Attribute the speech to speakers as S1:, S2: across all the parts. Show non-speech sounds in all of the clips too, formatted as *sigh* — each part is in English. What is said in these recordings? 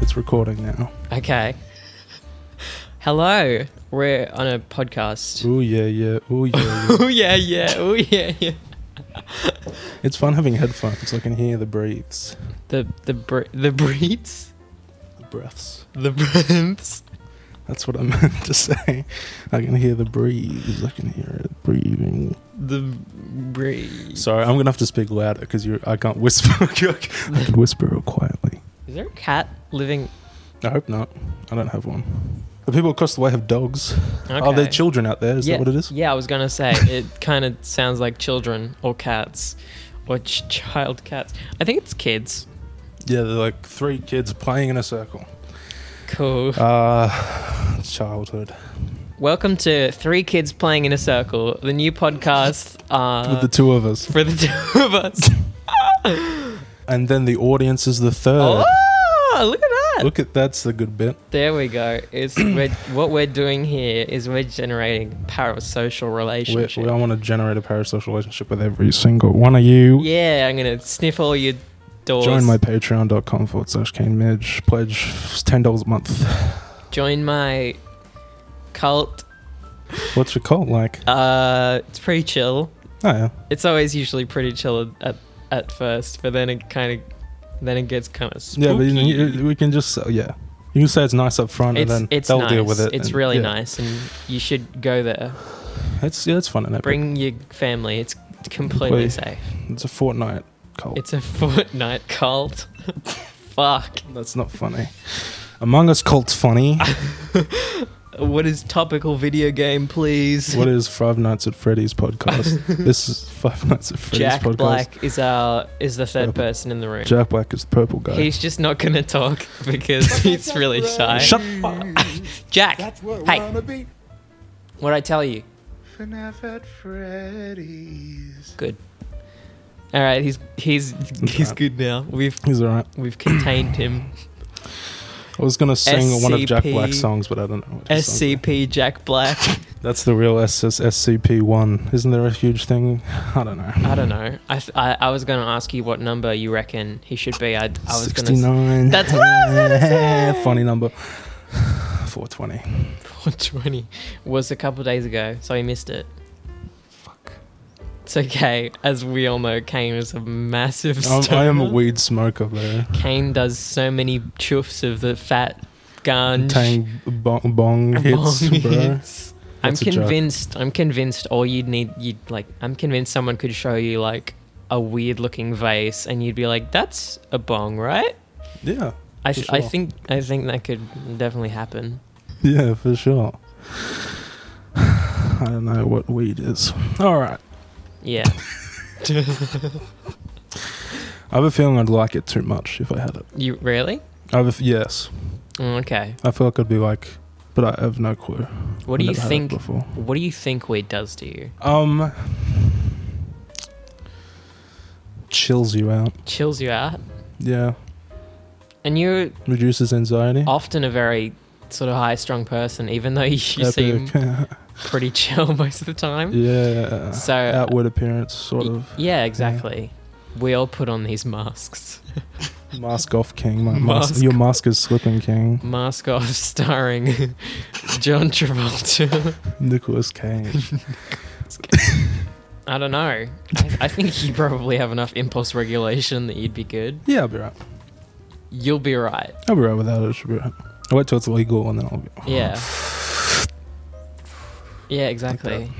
S1: It's recording now.
S2: Okay. Hello. We're on a podcast. *laughs*
S1: Ooh yeah, yeah. Ooh yeah. yeah.
S2: Oh yeah, yeah. Oh yeah, yeah.
S1: it's fun having headphones. I can hear the breathes,
S2: The the br- the breeds,
S1: the breaths.
S2: the breaths.
S1: That's what I *laughs* meant to say. I can hear the breathes. I can hear it breathing.
S2: The breeds.
S1: Sorry, I'm gonna have to speak louder because you. I can't whisper. *laughs* I can whisper real quietly.
S2: Is there a cat living?
S1: I hope not. I don't have one. The people across the way have dogs.
S2: Okay.
S1: Are there Oh, children out there? Is
S2: yeah,
S1: that what it is?
S2: Yeah, I was
S1: *laughs*
S2: gonna say it kind of sounds like children or cats, or ch- child cats. I think it's kids.
S1: Yeah, they're like three kids playing in a circle.
S2: Cool.
S1: Ah, childhood.
S2: Welcome to Three Kids Playing in a Circle, the new podcast uh,
S1: With the two of us.
S2: for the two
S1: *laughs*
S2: of us.
S1: And then the audience is the third.
S2: Oh, look at that!
S1: Look at that's the good bit.
S2: There we go.
S1: *clears throat*
S2: It's we're, what we're doing here is we're generating parasocial
S1: We,
S2: relationship.
S1: we, I want to generate a parasocial relationship with every single one of you.
S2: yeah, I'm gonna sniff all your doors.
S1: Join my patreon.com forward slash Kane Midge. Pledge $10 a
S2: *laughs*
S1: month.
S2: join my cult.
S1: What's your cult like?
S2: Uh, it's pretty chill.
S1: Oh, yeah.
S2: It's always usually pretty chill at at, at first, but then it kind of then it gets kind of spooky.
S1: Yeah, but you, you- we can just, uh, yeah. You can say it's nice up front
S2: it's
S1: and then
S2: it's
S1: they'll
S2: nice.
S1: deal with it.
S2: It's
S1: and-
S2: really
S1: yeah.
S2: nice, and you should go there.
S1: It's, yeah, it's fun. And Bring-
S2: Bring your family. It's completely
S1: Wait.
S2: safe.
S1: it's a Fortnite cult.
S2: It's a *laughs* Fortnite cult. *laughs* Fuck.
S1: That's not funny. Among Us cult's
S2: *laughs*
S1: funny.
S2: What is topical video game, please?
S1: what is Five Nights at Freddy's
S2: *laughs*
S1: podcast? this is Five Nights at Freddy's
S2: Jack
S1: podcast.
S2: Black is our is the third
S1: Purple.
S2: person in the room.
S1: Jack Black is the purple guy.
S2: He's just not gonna talk because he's really shy.
S1: Shut up.
S3: *laughs*
S2: Jack,
S3: what
S2: Hey.
S3: wanna be.
S2: what I tell you?
S3: FNAF at Freddy's.
S2: Good. All right, he's
S1: *laughs*
S2: he's he's good now. We've
S1: He's alright.
S2: we've
S1: *laughs*
S2: contained him.
S1: I was gonna sing one of Jack
S2: SCP
S1: Black's songs, but I don't know. What his songs are.
S2: SCP Jack Black.
S1: That's the real SS- SCP one. Isn't there a huge thing? I don't know.
S2: I don't know. I, th- I I was gonna ask you what number you reckon he should be. I I was gonna.
S1: Sixty-nine.
S2: That's what I
S1: *laughs*
S2: was gonna say.
S1: Funny number. *sighs* Four twenty.
S2: *laughs* 420 was a couple days ago, so he missed it. It's okay. As we all know, Kane is a massive
S1: I'm,
S2: stoner.
S1: I am a weed smoker, bro.
S2: Kane does so many chuffs of the fat ganj.
S1: Tang bong, bong
S2: bong
S1: hits, bro.
S2: hits. I'm
S1: That's a joke.
S2: convinced. I'm convinced. All you'd need, you'd like. I'm convinced someone could show you like a weird looking vase, and you'd be like, "That's a bong, right?"
S1: Yeah,
S2: I,
S1: For
S2: sh- I
S1: sure.
S2: think I think that could definitely happen.
S1: yeah, for sure. *sighs* I don't know what weed is. All right, *laughs*
S2: Yeah.
S1: I have a feeling I'd like it too much if I had it.
S2: you really?
S1: I have a f- yes,
S2: Mm, Okay.
S1: I feel like I'd be like, but I have no clue.
S2: What do
S1: I've
S2: you
S1: never had it
S2: think?
S1: Before.
S2: What do you think weed does to you?
S1: Um, chills you out.
S2: Chills you out,
S1: Yeah,
S2: and you're
S1: reduces anxiety.
S2: often a very sort of high-strung person, even though *laughs* you
S1: Epic.
S2: seem
S1: *laughs*
S2: pretty chill most of the time.
S1: yeah.
S2: So, uh,
S1: outward appearance, sort
S2: Y-
S1: of
S2: Yeah, exactly. We all put on these masks.
S1: mask off, King.
S2: *laughs*
S1: My mask.
S2: Mask.
S1: Your mask is slipping, King.
S2: Mask off, *laughs* starring *laughs* John Travolta.
S1: Nicholas
S2: *laughs*
S1: Cage.
S2: I don't know. I, I think you probably have enough impulse regulation that you'd be good.
S1: yeah, I'll be right.
S2: You'll be right.
S1: I'll be right without it. I should be right. I'll wait till it's legal and then I'll get
S2: Yeah. Yeah, exactly.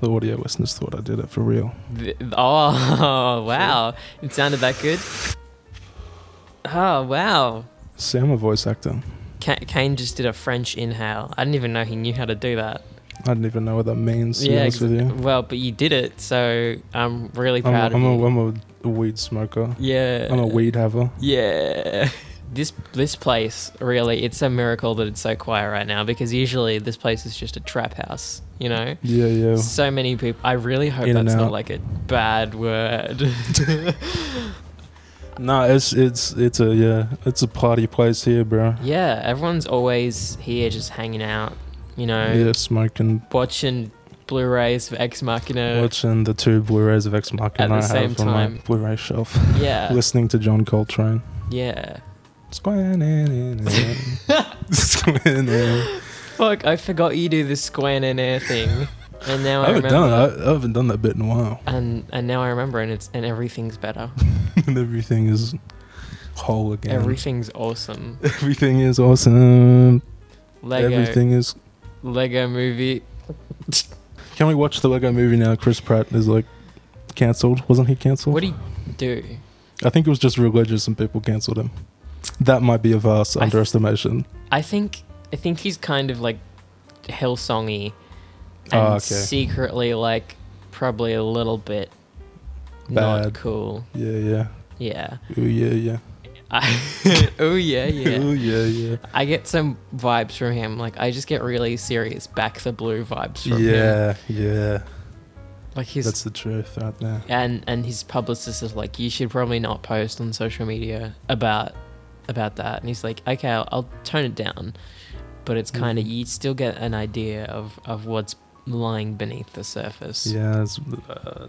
S1: the audio listeners thought I did it for real.
S2: Th- oh, *laughs* wow. It sounded that good. Oh, wow.
S1: See, I'm a voice actor.
S2: Ca Kane just did a French inhale. I didn't even know he knew how to do that.
S1: I didn't even know what that means. To be honest
S2: ex-
S1: with you.
S2: Well, but you did it, so I'm really
S1: I'm,
S2: proud
S1: a- I'm,
S2: of you.
S1: a, I'm a weed smoker.
S2: yeah.
S1: I'm a weed haver.
S2: Yeah. This this place really, it's a miracle that it's so quiet right now because usually this place is just a trap house, you know.
S1: Yeah, yeah.
S2: So many people. I really hope
S1: In and
S2: that's not
S1: out.
S2: like a bad word.
S1: *laughs* No, it's it's it's a yeah, it's a party place here, bro.
S2: yeah, everyone's always here, just hanging out, you know,
S1: Yeah, smoking,
S2: watching Blu-rays of Ex Machina.
S1: watching the two Blu-rays of Ex
S2: At
S1: Machina
S2: the
S1: I
S2: same
S1: have on
S2: time. *laughs*
S1: my Blu-ray shelf, *laughs*
S2: Yeah, *laughs*
S1: listening to John Coltrane.
S2: yeah.
S1: Squinting. Squinting.
S2: Fuck, I forgot you do the squan and air thing. And now
S1: I
S2: I,
S1: haven't
S2: remember.
S1: done it. I, I haven't done that bit in a while. *laughs*
S2: And and now I remember and it's and everything's better.
S1: and everything is whole again.
S2: Everything's awesome.
S1: *laughs* everything is awesome.
S2: Lego
S1: Everything is.
S2: Lego movie.
S1: Can we watch the Lego movie now? Chris Pratt is like cancelled. Wasn't he cancelled?
S2: What do you do?
S1: I think it was just religious and people cancelled him. That might be a vast
S2: I th-
S1: underestimation.
S2: I think I think he's kind of like Hillsongy and
S1: Ah, okay.
S2: secretly like probably a little bit not
S1: Bad.
S2: cool.
S1: Yeah,
S2: Yeah. *laughs*
S1: yeah. Ooh, yeah, yeah.
S2: I, oh yeah, yeah.
S1: *laughs* Ooh, yeah, yeah.
S2: I get some vibes from him. Like I just get really serious back the blue vibes from him.
S1: Yeah, yeah.
S2: Like he's
S1: That's the truth right there.
S2: and and his publicist is like, you should probably not post on social media about about that. And he's like, okay, I'll, I'll tone it down, but it's kind of
S1: Mhm.
S2: you still get an idea of of what's lying beneath the surface.
S1: Yeah, it's, uh,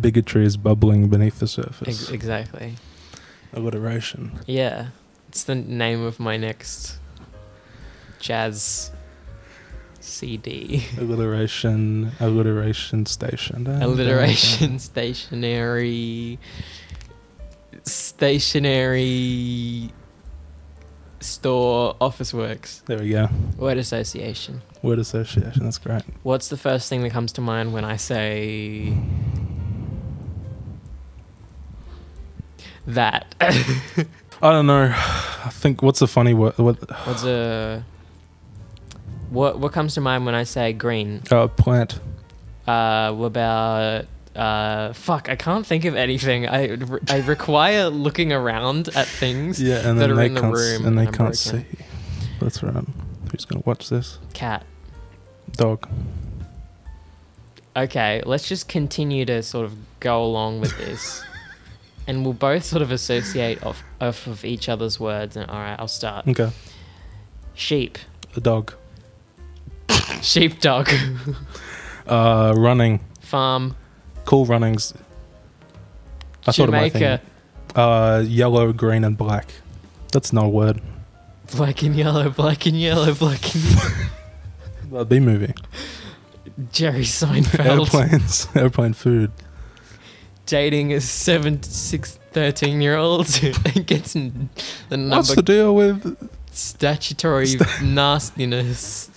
S1: bigotry is bubbling beneath the
S2: Ex-
S1: surface.
S2: exactly.
S1: Alliteration.
S2: Yeah, it's the name of my next jazz *laughs* CD.
S1: Alliteration. Alliteration station. Da, da, da, da.
S2: Alliteration, *laughs* stationary, stationary store, office works,
S1: There we go.
S2: word association.
S1: Word association. That's great.
S2: What's the first thing that comes to mind when I say that?
S1: I don't know. I think what's a funny word? What?
S2: What's a what? What comes to mind when I say green?
S1: Uh, plant.
S2: uh, about uh, fuck. I can't think of anything. I re- I require looking around at things.
S1: Yeah, and
S2: *laughs* that
S1: then
S2: are
S1: they
S2: in the
S1: can't s-
S2: room
S1: and they
S2: and I'm
S1: can't see.
S2: broken.
S1: That's right. Who's gonna watch this?
S2: Cat.
S1: Dog.
S2: Okay, let's just continue to sort of go along with
S1: *laughs*
S2: this, and we'll both sort of associate off off of each other's words. And all right, I'll start.
S1: Okay.
S2: Sheep.
S1: A dog.
S2: Sheepdog.
S1: Uh, running.
S2: Farm.
S1: Cool runnings. I thought of my thing.
S2: Jamaica.
S1: Uh, yellow, green, and black. That's not a word.
S2: Black and yellow. Black and yellow. Black and
S1: A B
S2: *laughs*
S1: movie.
S2: Jerry Seinfeld.
S1: Airplanes. *laughs* Airplane food.
S2: dating a seven, six, 13 year *laughs* old and gets n- the
S1: What's
S2: number
S1: the deal with *laughs*
S2: statutory nastiness.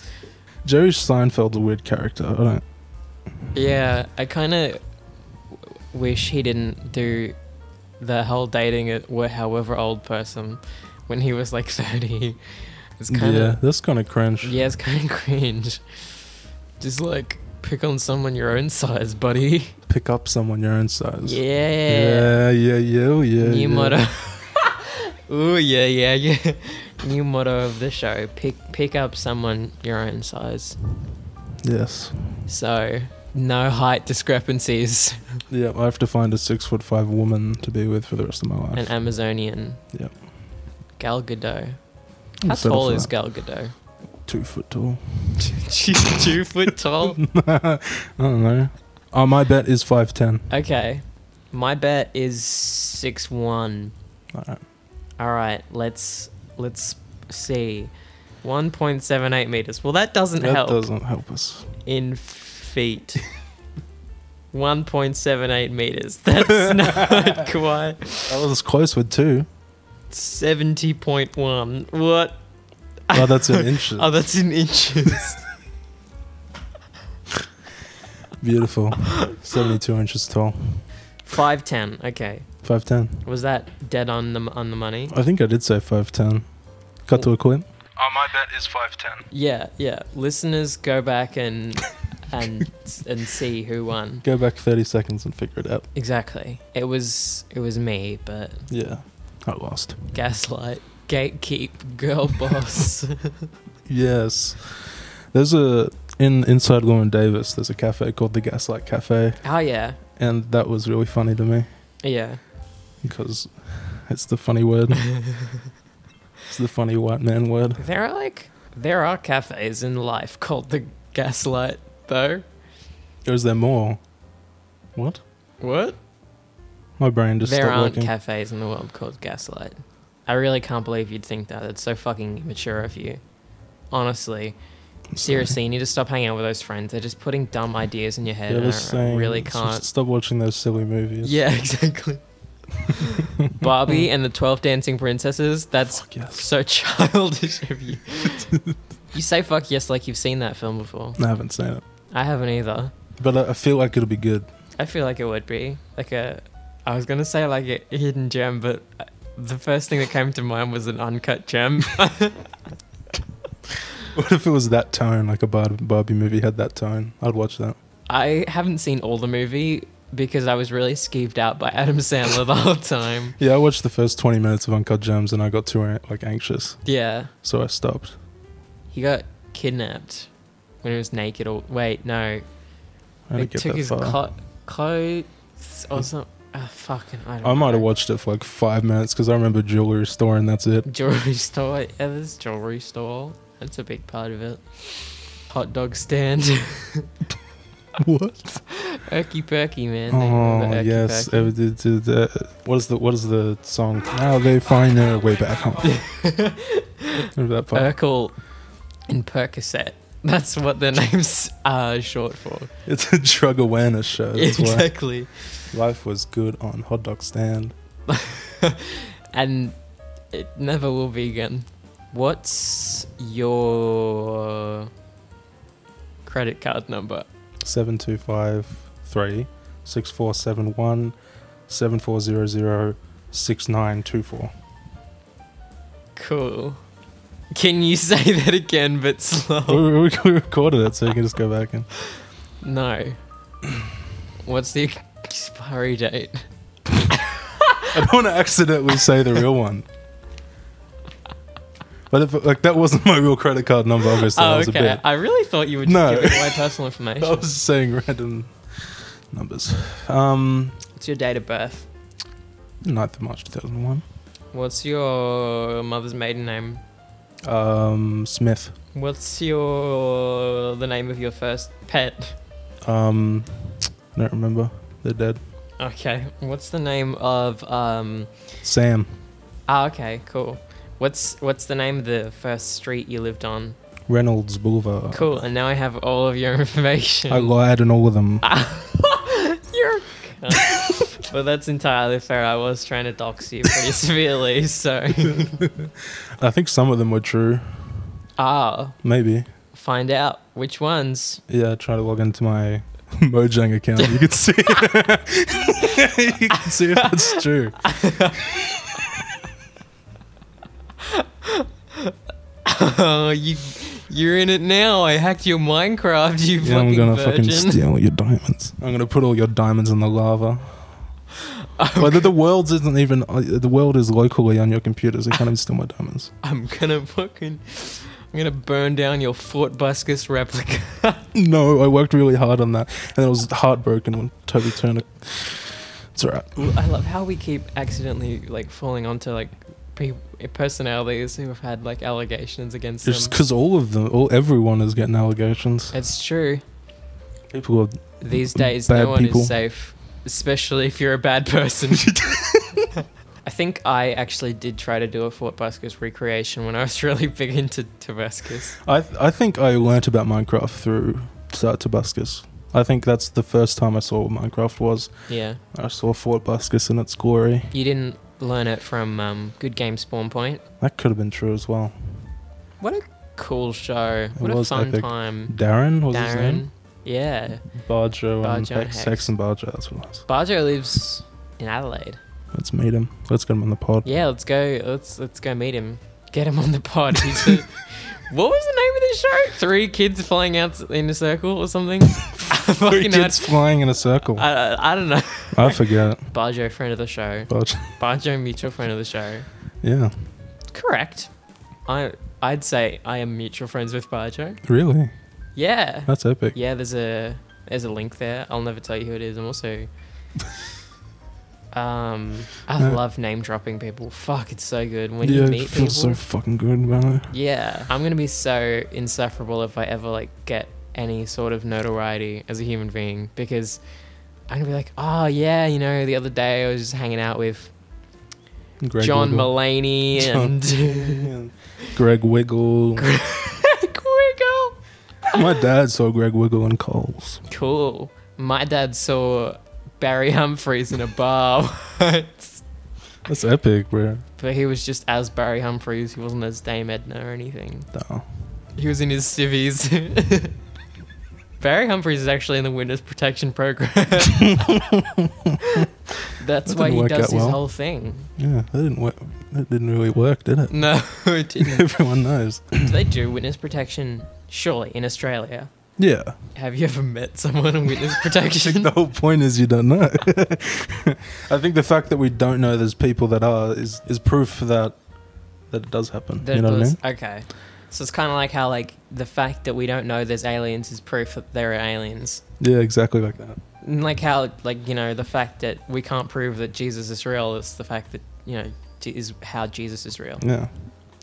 S1: Jerry Seinfeld's a weird character. I don't.
S2: Yeah, I kind of wish he didn't do the whole dating a wh- however old person when he was like *laughs* 30. It's kind
S1: yeah,
S2: of,
S1: that's kind of cringe.
S2: yeah. it's kind of cringe. Just like pick on someone your own size, buddy.
S1: Pick up someone your own size. Yeah,
S2: Yeah.
S1: yeah, yeah, oh, yeah.
S2: New
S1: yeah.
S2: motto. *laughs* Ooh, yeah, yeah, yeah. New motto of the show: pick pick up someone your own size.
S1: Yes.
S2: So no height discrepancies.
S1: Yeah, I have to find a six foot five woman to be with for the rest of my life.
S2: An Amazonian.
S1: Yep.
S2: Gal Gadot.
S1: I'm
S2: How
S1: settled
S2: tall
S1: for
S2: is
S1: that.
S2: Gal Gadot? *laughs*
S1: two foot tall? *laughs*
S2: She's two foot tall.
S1: I don't know. Oh, my bet is five ten.
S2: Okay, my bet is six one.
S1: All right.
S2: All right, let's let's see. 1.78 meters. Well, that doesn't
S1: That
S2: help.
S1: doesn't help
S2: *laughs*
S1: us.
S2: in feet. *laughs* 1.78 meters. *laughs* That's not quite.
S1: I was close with two.
S2: 70.1. What?
S1: Oh, that's
S2: *laughs*
S1: in inches.
S2: Oh, that's in
S1: *laughs*
S2: inches.
S1: Beautiful. Seventy two inches tall.
S2: 510. Okay.
S1: Five ten.
S2: Was that dead on the on the money?
S1: I think I did say five ten. Cut to a clip. Oh, my bet is five ten.
S2: Yeah, yeah. Listeners go back and *laughs* and and see who won.
S1: Go back thirty seconds and figure it out.
S2: Exactly. It was it was me, but
S1: Yeah, I lost.
S2: gaslight, gatekeep, girl *laughs* boss.
S1: Yes. There's a in inside Lauren Davis. There's a cafe called the Gaslight Cafe,
S2: oh yeah.
S1: and that was really funny to me
S2: Yeah.
S1: because it's the funny
S2: *laughs*
S1: word. it's the funny white man word.
S2: There are like there are cafes in life called the Gaslight, though.
S1: Or is there more? What?
S2: What?
S1: My brain just
S2: there
S1: stopped
S2: aren't
S1: working.
S2: cafes in the world called Gaslight. I really can't believe you'd think that. That's so fucking immature of you. Honestly,
S1: I'm sorry.
S2: seriously, you need to stop hanging out with those friends. They're just putting dumb ideas in your head.
S1: Yeah,
S2: and
S1: they're
S2: I
S1: saying,
S2: really
S1: "S-
S2: can't.
S1: Stop watching those silly movies.
S2: Yeah, *laughs* exactly. Barbie and the Twelve Dancing Princesses. That's
S1: Fuck yes.
S2: so childish of you. you say fuck yes like you've seen that film before.
S1: I haven't seen it,
S2: I haven't either.
S1: but I, I feel like it'll be good. *laughs*
S2: I feel like it would be like a. I was gonna say like a hidden gem, but uh, the first thing that came to mind was an uncut gem.
S1: What if it was that tone, like a Bar- Barbie movie had that tone? I'd watch that.
S2: I haven't seen all the movie because I was really skeeved out by Adam Sandler the whole
S1: *laughs*
S2: time.
S1: Yeah, I watched the first twenty minutes of Uncut Gems, and I got too an- like anxious,
S2: Yeah,
S1: so I stopped.
S2: he got kidnapped when he was naked. Or wait, no,
S1: I
S2: they
S1: didn't get
S2: took
S1: that
S2: his
S1: far.
S2: clo- clothes or something. Ah, fucking, I don't.
S1: I might
S2: know.
S1: have watched it for like five minutes because I remember jewelry store, and that's
S2: *laughs*
S1: it.
S2: jewelry store. Yeah, there's jewelry store. That's a big part of it. Hot dog stand. *laughs*
S1: What?
S2: Irky Perky, man. They
S1: Oh
S2: remember Irky
S1: yes.
S2: Perky.
S1: Uh, d- d- d- uh, What is the What is the song? Now they find their way back
S2: *laughs*
S1: home. remember that part?
S2: Urkel and Percocet. That's what their *laughs* names are short for.
S1: It's a drug awareness
S2: *laughs*
S1: show. That's why
S2: exactly.
S1: life was good on hot dog stand.
S2: And it never will be again. What's your credit card number?
S1: Seven two five three six four seven one seven four zero zero six nine two four.
S2: Cool. Can you *laughs* say that again, but
S1: We
S2: slow?
S1: we- we recorded it, so you can just go back and.
S2: No. *clears throat* What's the expiry date?
S1: I don't want to accidentally say the real one. But if like that wasn't my real credit card number, obviously that
S2: oh,
S1: was a
S2: okay.
S1: bit.
S2: I really thought you were just
S1: No.
S2: giving away personal
S1: *laughs*
S2: information.
S1: I was just saying random numbers. Um,
S2: What's your date of birth?
S1: 9th of March 2001.
S2: What's your mother's maiden name?
S1: Um, Smith.
S2: What's your the name of your first pet?
S1: Um, I don't remember. They're dead.
S2: Okay. What's the name of um?
S1: Sam.
S2: Ah, okay, cool. What's what's the name of the first street you lived on?
S1: Reynolds Boulevard.
S2: Cool. And now I have all of your *laughs* information.
S1: I lied in all of them.
S2: *laughs* You're. a cunt. well, that's entirely fair. I was trying to dox you pretty *laughs*
S1: *laughs*
S2: severely, so
S1: I think some of them were true.
S2: ah,
S1: Maybe.
S2: find out which ones.
S1: Yeah, try to log into my *laughs* Mojang account. You can see. *laughs* you can see if that's true.
S2: Oh, you you're in it now. I hacked your Minecraft. You
S1: Yeah,
S2: fucking
S1: I'm gonna
S2: virgin.
S1: fucking steal your diamonds. I'm gonna put all your diamonds in the lava. Well, the, the world isn't even. uh, The world is locally on your computers. They can't even steal my diamonds.
S2: *laughs* I'm gonna fucking. I'm gonna burn down your Fort Buscus replica.
S1: No, I worked really hard on that, and I was heartbroken when Toby Turner. It's alright.
S2: Ooh, I love how we keep accidentally like falling onto like pe- personalities who have had like allegations against
S1: Just
S2: them.
S1: because all of them, all everyone is getting allegations.
S2: It's true.
S1: People are
S2: These days,
S1: Bad
S2: no one
S1: people.
S2: is safe, especially if you're a bad
S1: *laughs*
S2: person. I think I actually did try to do a Fort Buscus recreation when I was *laughs* really big into Tabascus.
S1: I I think I learnt about Minecraft through Sir Tobuscus. I think that's the first time I saw what Minecraft was.
S2: Yeah,
S1: I saw Fort Buscus in its glory.
S2: you didn't learn it from um, Good Game Spawn Point.
S1: That could have been true as well.
S2: What a cool show! What a
S1: was
S2: fun
S1: epic.
S2: time,
S1: Darren was his name.
S2: Darren. Yeah,
S1: Barjo and
S2: Barjo and
S1: Hex,
S2: Hex.
S1: Hex and Barjo. That's what it was.
S2: Barjo lives in Adelaide.
S1: Let's meet him. Let's get him on the pod.
S2: Yeah, let's go. Let's let's go meet him. Get him on the pod.
S1: *laughs*
S2: He's the- what was the name of the show? Three kids flying out in a circle or something.
S1: *laughs*
S2: I
S1: Three
S2: fucking
S1: kids flying in a circle. I,
S2: I, I, I don't know.
S1: forget.
S2: Barjo, friend of the show.
S1: Barjo.
S2: Barjo, mutual friend of the show.
S1: Yeah,
S2: Correct. I I'd say I am mutual friends with Barjo.
S1: really. *laughs*
S2: Yeah.
S1: That's epic.
S2: Yeah. There's a there's a link there. I'll never tell you who it is.
S1: *laughs*
S2: I'm also. Um, I
S1: No.
S2: love name dropping people. Fuck, it's so good when
S1: yeah,
S2: you
S1: it
S2: meet people.
S1: feels so fucking good, man.
S2: Yeah. I'm gonna be so insufferable if I ever like get any sort of notoriety as a human being because I'm gonna be like, oh yeah, you know, the other day I was just hanging out with
S1: Greg
S2: John
S1: Wiggle.
S2: Mullaney
S1: John-
S2: and
S1: *laughs* Greg Wiggle.
S2: Wiggle.
S1: My dad saw Greg Wiggle in Coles.
S2: Cool. My dad saw Barry *laughs* Humphries in a bar *laughs* once,
S1: That's epic, bro.
S2: but he was just as Barry Humphries. He wasn't as Dame Edna or anything.
S1: No.
S2: He was in his civvies. *laughs* Barry Humphries is actually in the Witness
S1: *laughs*
S2: Protection Program. That's
S1: That
S2: why
S1: didn't
S2: he
S1: work
S2: does
S1: out
S2: his
S1: well.
S2: whole thing.
S1: Yeah, that didn't work. That didn't really work, did
S2: *laughs*
S1: it?
S2: No,
S1: *laughs*
S2: it didn't.
S1: Everyone knows.
S2: do they do witness protection? Surely in Australia.
S1: Yeah.
S2: Have you ever met someone
S1: *laughs*
S2: in witness protection?
S1: The whole point is you don't know. *laughs* I think the fact that we don't know there's people that are is, is proof that that it does happen.
S2: That
S1: you know what I
S2: was-
S1: mean?
S2: Okay. So it's kind of like how like the fact that we don't know there's aliens is proof that there are aliens.
S1: Yeah, exactly like that.
S2: And like how like you know the fact that we can't prove that Jesus is real is the fact that you know Je- is how Jesus is real.
S1: Yeah.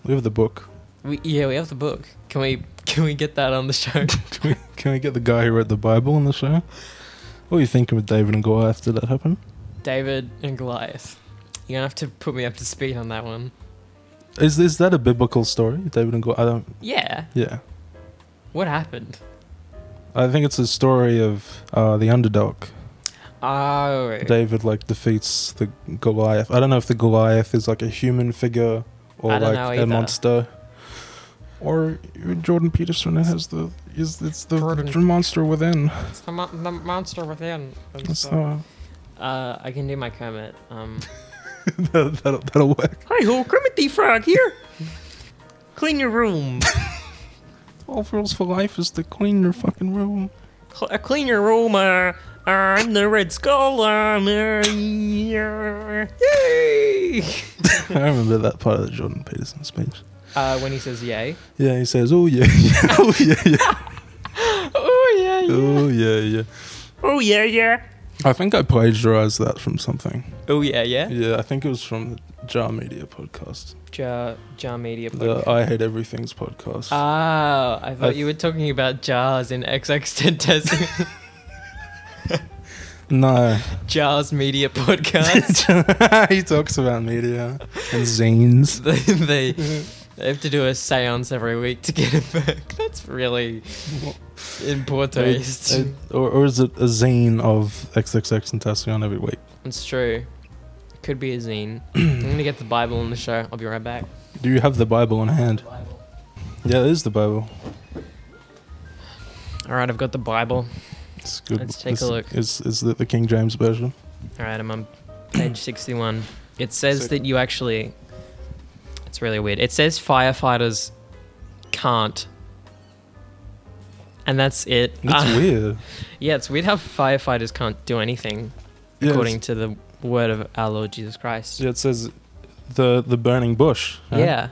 S1: We have the book. *laughs*
S2: We yeah we have the book. Can we *laughs* can we get that on the *laughs* show?
S1: Can we, can we get the guy who wrote the Bible on the show? What were you thinking with David and Goliath? Did that happen?
S2: David and Goliath. You're gonna have to put me up to speed on that one.
S1: Is is that a biblical story? David and Goliath? I don't.
S2: Yeah.
S1: Yeah.
S2: What happened?
S1: I think it's a story of uh, the underdog.
S2: Oh.
S1: David like defeats the Goliath. I don't know if the Goliath is like a human figure
S2: I
S1: or
S2: don't
S1: like
S2: know
S1: a
S2: either.
S1: monster. Or Jordan Peterson has the is it's the
S2: Jordan.
S1: monster within.
S2: It's the, mon- the monster within.
S1: That's, uh,
S2: Uh, I can do my Kermit. Um.
S1: *laughs* that'll, that'll work.
S2: Hi ho, Kermit the Frog here. Clean your room.
S1: All rules for life is to clean your fucking room.
S2: Cl- uh, clean your room. Uh, uh, I'm the Red Skull. Um, uh, yeah. yay!
S1: *laughs* I remember that part of the Jordan Peterson speech.
S2: Uh, when he says yay.
S1: Yeah, he says, "Oh yeah, *laughs* yeah, oh yeah, yeah,
S2: *laughs* Oh yeah.
S1: oh yeah, yeah."
S2: Oh yeah yeah.
S1: I think I plagiarized that from something.
S2: Oh yeah yeah.
S1: Yeah, I think it was from the Jar Media podcast,
S2: Jar Jar Media.
S1: the
S2: Podcast.
S1: I Hate Everything's podcast.
S2: Ah, I thought
S1: I-
S2: you were talking about jars in XX Tentacion.
S1: No.
S2: *laughs* jars Media
S1: *laughs*
S2: Podcast.
S1: he talks about media and zines.
S2: *laughs* they, they, they have to do a seance every week to get it back. *laughs* That's really in poor taste.
S1: *laughs* It- it- or, or is it a zine of XXX and Tassion every week?
S2: it's true. Could be
S1: *clears throat*
S2: a zine. I'm gonna get the Bible on the show. I'll be right back.
S1: Do you have the Bible in hand? Yeah, it is the Bible.
S2: All right, I've got the Bible.
S1: It's good.
S2: Let's take a
S1: It's-
S2: look.
S1: Is, is it the King James Version?
S2: All right, I'm on
S1: *clears throat*
S2: page 61. It says
S1: So-
S2: that you actually. It's really weird. It says firefighters can't. And that's it.
S1: That's
S2: Uh,
S1: weird.
S2: Yeah, it's weird how firefighters can't do anything
S1: Yeah,
S2: according
S1: it's-
S2: to the word of our Lord Jesus Christ.
S1: yeah, it says the the burning bush. right?
S2: Yeah.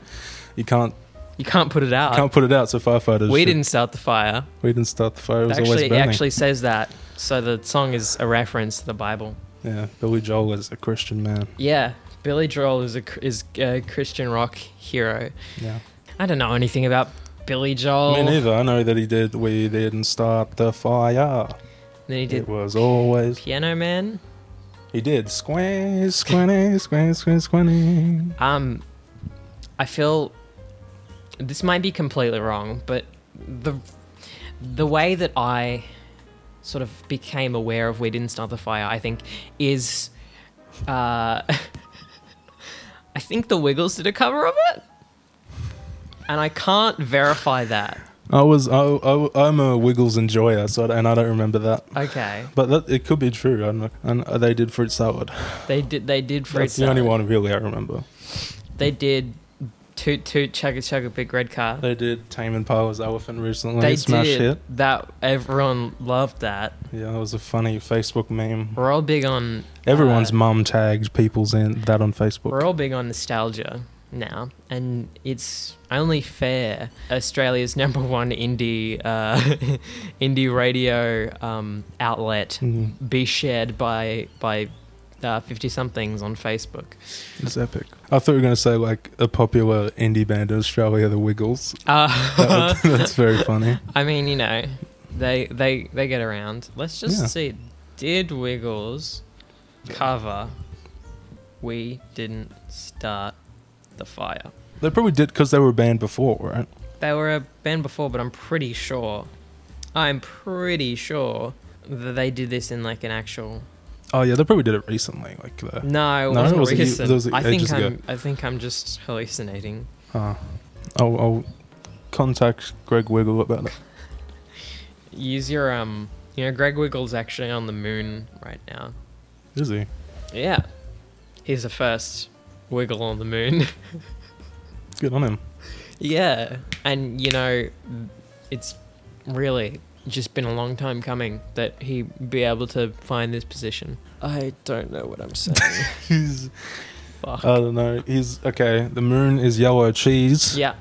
S1: You can't
S2: You can't put it out.
S1: can't put it out, so firefighters.
S2: we
S1: should-
S2: didn't start the fire.
S1: We didn't start the fire. It
S2: It
S1: was always
S2: actually, it
S1: burning.
S2: actually says that. So the song is a reference to the Bible.
S1: yeah, Billy Joel is a Christian man.
S2: Yeah. Billy Joel is a cr- is a Christian rock hero.
S1: Yeah.
S2: I don't know anything about Billy Joel.
S1: Me neither. I know that he did. We didn't start the fire.
S2: Then he
S1: It
S2: did
S1: was always
S2: Piano Man.
S1: He did. Squinty, squinty, squinty, squinty, squinty.
S2: Um, I feel this might be completely wrong, but the the way that I sort of became aware of we didn't start the fire, I think, is uh, *laughs* I think the Wiggles did a cover of it, and I can't verify that.
S1: I was, I, I, I'm a Wiggles enjoyer, so I, and I don't remember that.
S2: Okay,
S1: But that, it could be true. I don't know. And uh, they did fruit salad.
S2: they did. They did fruit.
S1: That's the only
S2: salad.
S1: one really I remember.
S2: They did. Toot toot chugga chugga big red car.
S1: They did Tame Impala's Elephant recently.
S2: They
S1: smash
S2: did
S1: hit.
S2: that. Everyone loved that.
S1: Yeah, that was a funny Facebook meme.
S2: We're all big on
S1: Everyone's
S2: Uh,
S1: mum tagged people's in that on Facebook.
S2: we're all big on nostalgia now, and it's only fair. Australia's *laughs* number one indie uh, *laughs* indie radio um, outlet
S1: Mhm.
S2: be shared by by fifty somethings on Facebook.
S1: It's epic. I thought you were going to say like a popular indie band in Australia, the Wiggles.
S2: Uh,
S1: *laughs*
S2: *laughs*
S1: That would- that's very funny.
S2: I mean, you know, they they they get around. Let's just
S1: Yeah.
S2: see. Did Wiggles cover we didn't start the fire.
S1: They probably did because they were banned before, right?
S2: They were a band before, but I'm pretty sure, I'm pretty sure that they did this in like an actual.
S1: Oh yeah, they probably did it recently. Like uh, the
S2: No, it
S1: No, it
S2: wasn't
S1: wasn't you-
S2: recent.
S1: it was
S2: I think
S1: ages
S2: I'm.
S1: ago.
S2: I think I'm just hallucinating.
S1: uh, I'll, I'll contact Greg Wiggle about it.
S2: Use your um. You know, Greg Wiggle's actually on the moon right now.
S1: Is he?
S2: Yeah, he's the first Wiggle on the moon. *laughs*
S1: Good on him.
S2: yeah, and you know, it's really just been a long time coming that he be able to find this position. I don't know what I'm saying.
S1: *laughs* He's
S2: *laughs* Fuck.
S1: I don't know. He's okay. The moon is yellow cheese.
S2: yeah.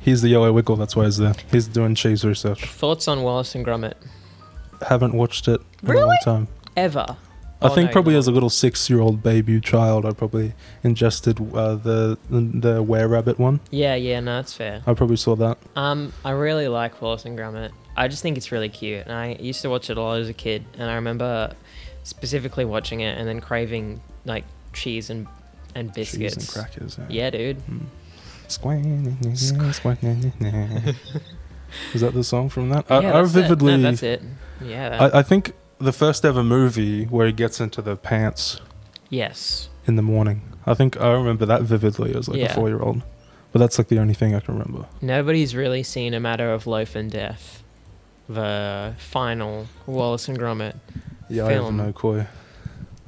S1: He's the yellow wiggle. That's why he's there. He's doing cheese research.
S2: Thoughts on Wallace and Gromit?
S1: Haven't watched it in a
S2: Really?
S1: long time.
S2: Ever?
S1: I
S2: Oh,
S1: think
S2: no,
S1: probably
S2: you're
S1: as a little six-year-old baby child, I probably ingested uh, the the, the were rabbit one.
S2: Yeah, yeah, no, that's fair.
S1: I probably saw that.
S2: Um, I really like Wallace and Gromit. I just think it's really cute, and I used to watch it a lot as a kid. And I remember specifically watching it and then craving like cheese and and biscuits.
S1: Cheese and crackers.
S2: Yeah, dude.
S1: Squan- Is that the song from that?
S2: yeah,
S1: I, I
S2: that's it. No,
S1: vividly.
S2: that's it. Yeah. that-
S1: Uh, I, I think the first ever movie where he gets into the pants
S2: yes.
S1: in the morning. I think I remember that vividly as like
S2: Yeah.
S1: a four-year-old. But that's like the only thing I can remember.
S2: Nobody's really seen a matter of loaf and death. The final Wallace and Gromit.
S1: Yeah, I have
S2: Film.
S1: no clue.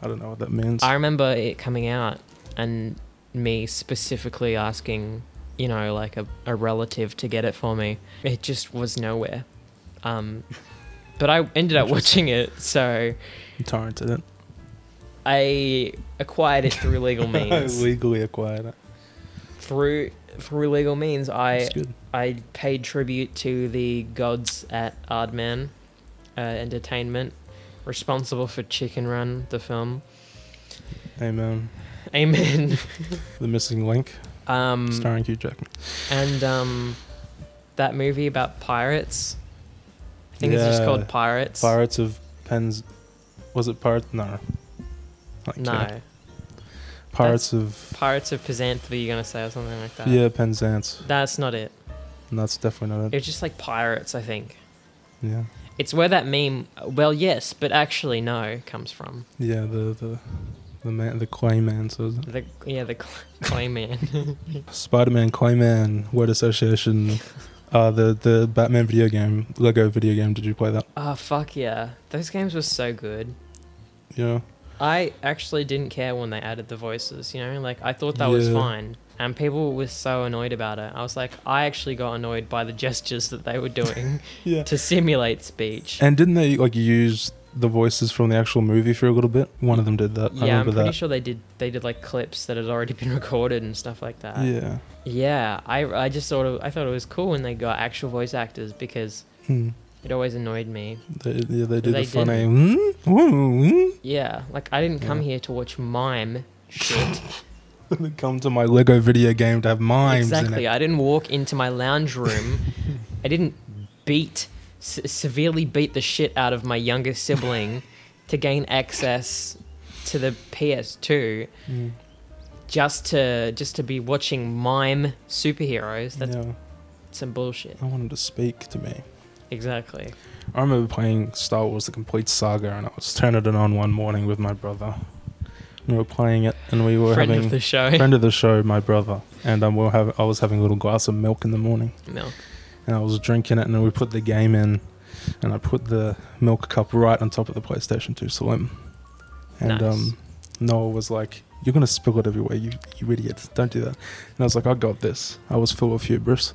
S1: I don't know what that means.
S2: I remember it coming out and me specifically asking, you know, like a, a relative to get it for me. It just was nowhere. Um, but I ended up watching it, so
S1: Torrented it.
S2: I acquired it through legal
S1: I
S2: means.
S1: legally acquired it.
S2: through through legal means, I
S1: It's good.
S2: I paid tribute to the gods at Aardman uh, Entertainment, responsible for Chicken Run, the film.
S1: Amen.
S2: Amen. *laughs*
S1: The Missing Link,
S2: Um,
S1: starring Hugh Jackman.
S2: and um, that movie about pirates. I think it's just
S1: Yeah.
S2: called Pirates.
S1: Pirates of Pens. Was it Pirates? No. Like,
S2: no,
S1: yeah. Pirates of.
S2: Pirates of Pizanthropy. You're gonna say or something like that.
S1: yeah, Penzance.
S2: that's not it.
S1: And that's definitely not it.
S2: It's just like pirates. I think
S1: yeah.
S2: it's where that meme. Well, yes, but actually no comes from.
S1: Yeah, the. the the man, the Clayman says
S2: The yeah, the cl- *laughs* Clayman.
S1: Spider-Man, Clayman, word
S2: *laughs*
S1: association. Uh, the the Batman video game, Lego video game. Did you play that?
S2: oh fuck yeah, those games were so good.
S1: Yeah.
S2: I actually didn't care when they added the voices, you know? Like, I thought that was
S1: Yeah.
S2: fine. And people were so annoyed about it. I was like, I actually got annoyed by the gestures that they were doing
S1: Yeah.
S2: to simulate speech.
S1: And didn't they like use the voices from the actual movie for a little bit? One of them did that. I
S2: yeah, I'm
S1: remember
S2: pretty
S1: that.
S2: sure they did. They did like clips that had already *laughs* been recorded and stuff like that.
S1: yeah.
S2: Yeah, I, I just sort of I thought it was cool when they got actual voice actors because
S1: Hmm.
S2: it always annoyed me.
S1: They, yeah, they do
S2: They
S1: the funny.
S2: did.
S1: Mm, mm,
S2: Yeah, like I didn't come
S1: Yeah.
S2: here to watch
S1: *laughs*
S2: mime shit.
S1: mm. They *laughs* come to my Lego video game to have mimes
S2: Exactly.
S1: in it.
S2: I didn't walk into my
S1: *laughs*
S2: lounge room. I didn't beat se- severely beat the shit out of my younger sibling to gain access to the PS2
S1: Mm,
S2: just to just to be watching mime superheroes. That's
S1: yeah,
S2: some bullshit.
S1: I want 'em to speak to me.
S2: Exactly.
S1: I remember playing Star Wars: The Complete Saga, and I was turning it on one morning with my brother. We were playing it, and we were
S2: Friend
S1: having
S2: of the show. *laughs*
S1: friend of the show, my brother, and um, we were having. I was having a little glass of milk in the morning.
S2: Milk.
S1: and I was drinking it, and then we put the game in, and I put the milk cup right on top of the PlayStation 2 Slim. And
S2: Nice.
S1: um, Noah was like, "You're gonna spill it everywhere, you you idiot! Don't do that." And I was like, "I got this." I was full of hubris.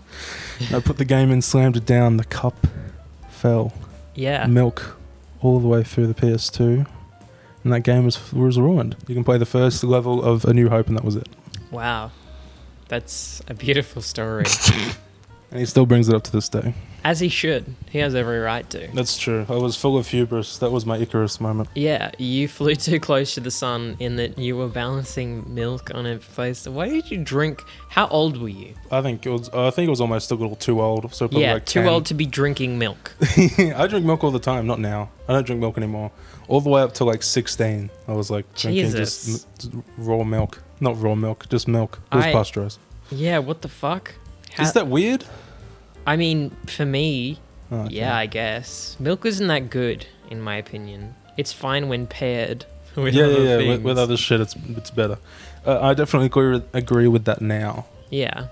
S1: And I put the game in, slammed it down. The cup fell,
S2: Yeah.
S1: milk, all the way through the PS2. And that game was, was ruined. You can play the first level of A New Hope, and that was it.
S2: Wow. That's a beautiful story.
S1: *laughs* And he still brings it up to this day.
S2: As he should. He has every right to.
S1: That's true. I was full of hubris. That was my Icarus moment.
S2: Yeah, you flew too close to the sun in that you were balancing milk on a face. Why did you drink? How old were you?
S1: I think it was. I think it was almost a little too old. So probably
S2: yeah,
S1: like
S2: too
S1: 10.
S2: old to be drinking milk.
S1: *laughs* I drink milk all the time. Not now. I don't drink milk anymore. All the way up to like 16, I was like drinking
S2: Jesus.
S1: just m- just raw milk. Not raw milk, just milk. It was
S2: I-
S1: pasteurized.
S2: yeah, what the fuck? How-
S1: Is that weird?
S2: I mean, for me,
S1: Oh, okay.
S2: yeah, I guess milk isn't that good in my opinion. It's fine when paired *laughs* with
S1: yeah,
S2: other
S1: yeah, yeah. With,
S2: things.
S1: with other shit, it's it's better. Uh, I definitely agree with, agree with that now,
S2: yeah,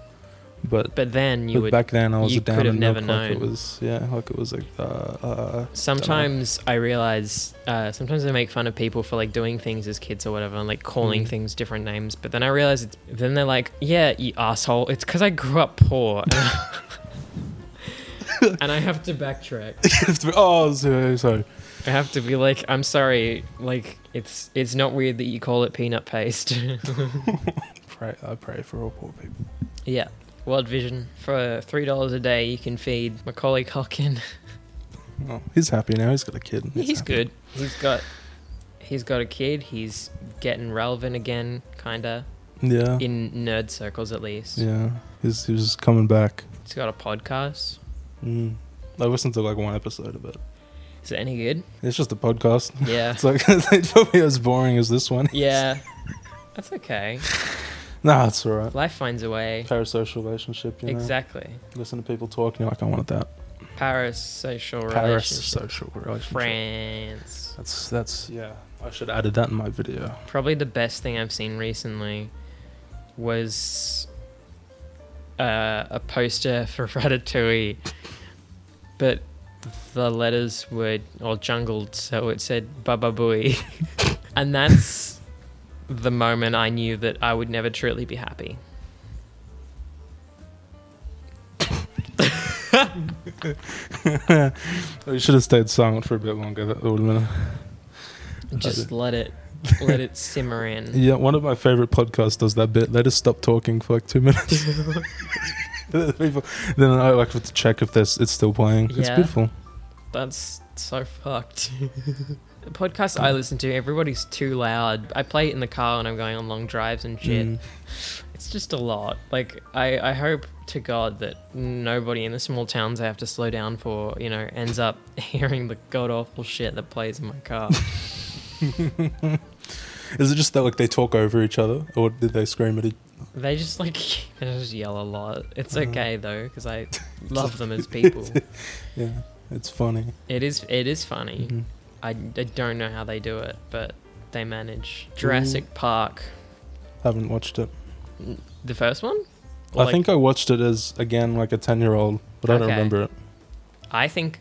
S1: but,
S2: but then you
S1: but
S2: would.
S1: back then I was
S2: you
S1: down
S2: could have
S1: in milk
S2: never
S1: like it
S2: known.
S1: was yeah, like it was like uh, uh, *laughs*
S2: Sometimes I realize, uh, sometimes I make fun of people for like doing things as kids or whatever, and like calling
S1: Mm.
S2: things different names. But then I realize, it's, then they're like, "Yeah, you asshole." It's because I grew up poor, *laughs* And- and I have to backtrack.
S1: oh sorry, sorry.
S2: I have to be like, "I'm sorry." Like it's it's not weird that you call it peanut paste. *laughs*
S1: Pray, I pray for all poor people.
S2: yeah, World Vision for three dollars a day, you can feed Macaulay Culkin. *laughs*
S1: Oh, he's happy now. He's got a kid.
S2: He's,
S1: happy.
S2: good. He's got he's got a kid. He's getting relevant again, kinda
S1: Yeah,
S2: in nerd circles at least.
S1: yeah. He's he's coming back.
S2: He's got a podcast.
S1: Mm. I listened to like one episode of it.
S2: Is it any good?
S1: It's just a podcast.
S2: *laughs* Yeah.
S1: It's like *laughs* it's probably as boring as this one. *laughs*
S2: yeah. That's okay.
S1: Nah, it's all right.
S2: Life finds a way.
S1: Parasocial relationship. You know?
S2: Exactly.
S1: Listen to people talking. You're like I wanted that.
S2: Parasocial relationship.
S1: Parasocial relationship.
S2: France.
S1: That's that's yeah. I should have added that in my video. *laughs*
S2: Probably the best thing I've seen recently was uh, a poster *laughs* for Ratatouille, but the letters were all jungled, so it said Baba Booey. *laughs* and that's the moment I knew that I would never truly be happy.
S1: We should have stayed silent for a bit longer. That would have been.
S2: Just let it let it simmer in.
S1: Yeah, one of my favorite podcasts does that bit. They just stop talking for like two
S2: *laughs*
S1: minutes. People- then I like have to check if this it's still playing. It's
S2: Yeah.
S1: beautiful.
S2: That's so fucked. the podcast I listen to, everybody's too loud. I play it in the car when I'm going on long drives and shit.
S1: Mm.
S2: It's just a lot. Like I, I hope to God that nobody in the small towns I have to slow down for, you know, ends up *laughs* hearing the god awful shit that plays in my
S1: *laughs*
S2: car.
S1: Is it just that like they talk over each other, or did they scream at each?
S2: they just like *laughs* they just yell a lot. It's
S1: Uh-huh.
S2: okay though,
S1: *laughs*
S2: because I love them as people.
S1: Yeah, it's funny.
S2: It is it is funny.
S1: Mhm.
S2: I, I don't know how they do it, but they manage. Jurassic Park,
S1: Haven't watched it.
S2: the first one. Or,
S1: I
S2: like,
S1: think I watched it as again like a ten year old, but I don't
S2: Okay.
S1: remember it.
S2: I think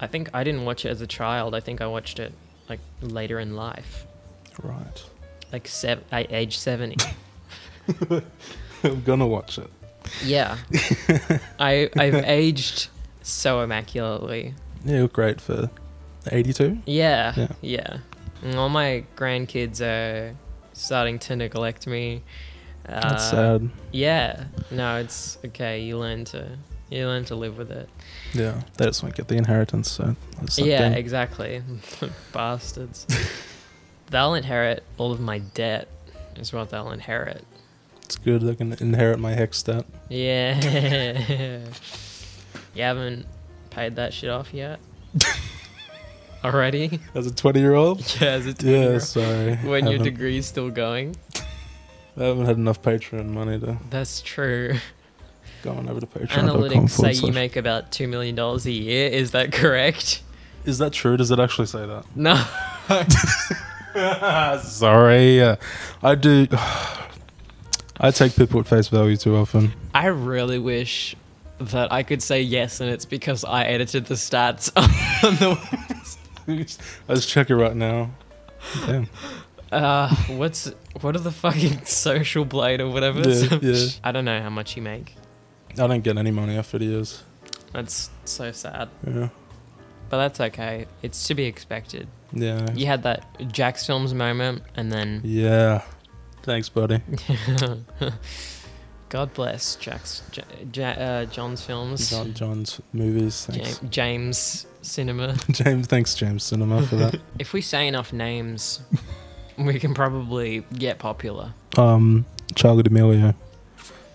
S2: I think I didn't watch it as a child. I think I watched it like later in life,
S1: Right.
S2: like sev- I age 70.
S1: *laughs* I'm gonna watch it. *laughs*
S2: yeah. I I've aged so immaculately.
S1: Yeah, you're great for 82.
S2: Yeah.
S1: Yeah.
S2: Yeah. And all my grandkids are starting to neglect me. Uh,
S1: That's sad.
S2: Yeah. No, it's okay. You learn to you learn to live with it.
S1: Yeah, they just won't get the inheritance. So that's not
S2: yeah,
S1: them.
S2: exactly. *laughs*
S1: *laughs*
S2: Bastards. they'll inherit all of my debt. Is what they'll inherit.
S1: it's good. They can inherit my hex stat. *laughs*
S2: Yeah. you haven't paid that shit off
S1: *laughs*
S2: yet? Already?
S1: As a 20 year old.
S2: Yeah, as a
S1: Yeah,
S2: 20
S1: sorry.
S2: When your
S1: haven't,
S2: degree's still going?
S1: I haven't had enough Patreon money to
S2: That's true.
S1: go on over to Patreon.
S2: *laughs* Analytics say you make about $2 million a year. Is that correct? *laughs*
S1: Is that true? Does it actually say that?
S2: No.
S1: sorry, uh, I do. *sighs* I take people at face value too often. *laughs*
S2: I really wish that I could say yes, and it's because I edited the stats. *laughs*
S1: Let's check it right now. Damn.
S2: uh, what's. What are the fucking *laughs* social blade or whatever?
S1: Yeah, yeah.
S2: *laughs* I don't know how much you make.
S1: I don't get any money off videos.
S2: That's so sad.
S1: Yeah.
S2: But that's okay. It's to be expected.
S1: Yeah.
S2: You had that Jax Films moment, and then
S1: Yeah. Thanks, buddy.
S2: *laughs* God bless Jack's J- J- uh, John's films.
S1: John, John's movies. Thanks,
S2: James, James cinema.
S1: *laughs* James. Thanks, James Cinema, for that. *laughs*
S2: If we say enough names, *laughs* we can probably get popular.
S1: Um, Charlie D'Amelio.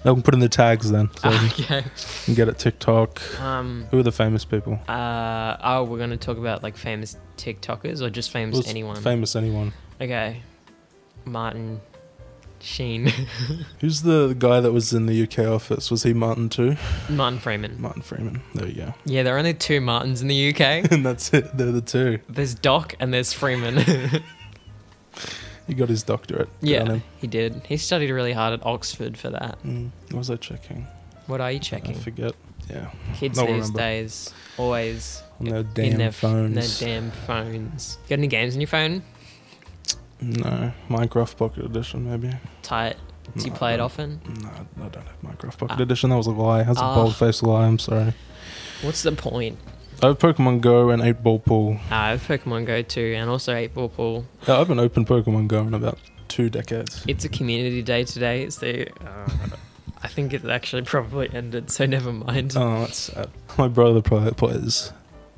S1: I can put in the tags then, so
S2: Ah,
S1: we
S2: *laughs* okay.
S1: can get it TikTok.
S2: Um.
S1: Who are the famous people?
S2: Uh. Oh, we're gonna talk about like famous TikTokers or just famous
S1: Who's
S2: anyone.
S1: Famous anyone?
S2: okay. Martin Sheen, *laughs*
S1: Who's the guy that was in the UK office? Was he Martin too?
S2: Martin Freeman.
S1: Martin Freeman. There you go. *laughs*
S2: Yeah, there are only two Martins in the UK.
S1: and that's it. They're the two.
S2: There's Doc and there's Freeman. *laughs*
S1: He got his doctorate. Good on
S2: yeah,
S1: him.
S2: he did. He studied really hard at Oxford for that.
S1: Mm, what was I checking?
S2: What are you
S1: I
S2: checking?
S1: forget. Yeah.
S2: Kids
S1: I'll
S2: these
S1: remember.
S2: days always
S1: On their
S2: in
S1: damn
S2: their, f- in their
S1: phones.
S2: damn phones. Got any games on your phone?
S1: no. Minecraft Pocket Edition, maybe.
S2: Tight. Do you
S1: No,
S2: play
S1: I
S2: it
S1: don't-
S2: often?
S1: No, I don't have Minecraft Pocket
S2: Ah.
S1: Edition. That was a lie. That's
S2: Ah.
S1: a bold faced lie. I'm sorry.
S2: What's the point?
S1: I have Pokemon Go and 8 Ball Pool.
S2: I have Pokemon Go too, and also 8 Ball Pool.
S1: Yeah, I haven't opened Pokemon Go in about two decades.
S2: It's a community day today, so uh, I think it actually probably ended, so never mind.
S1: Oh, that's sad. My brother probably plays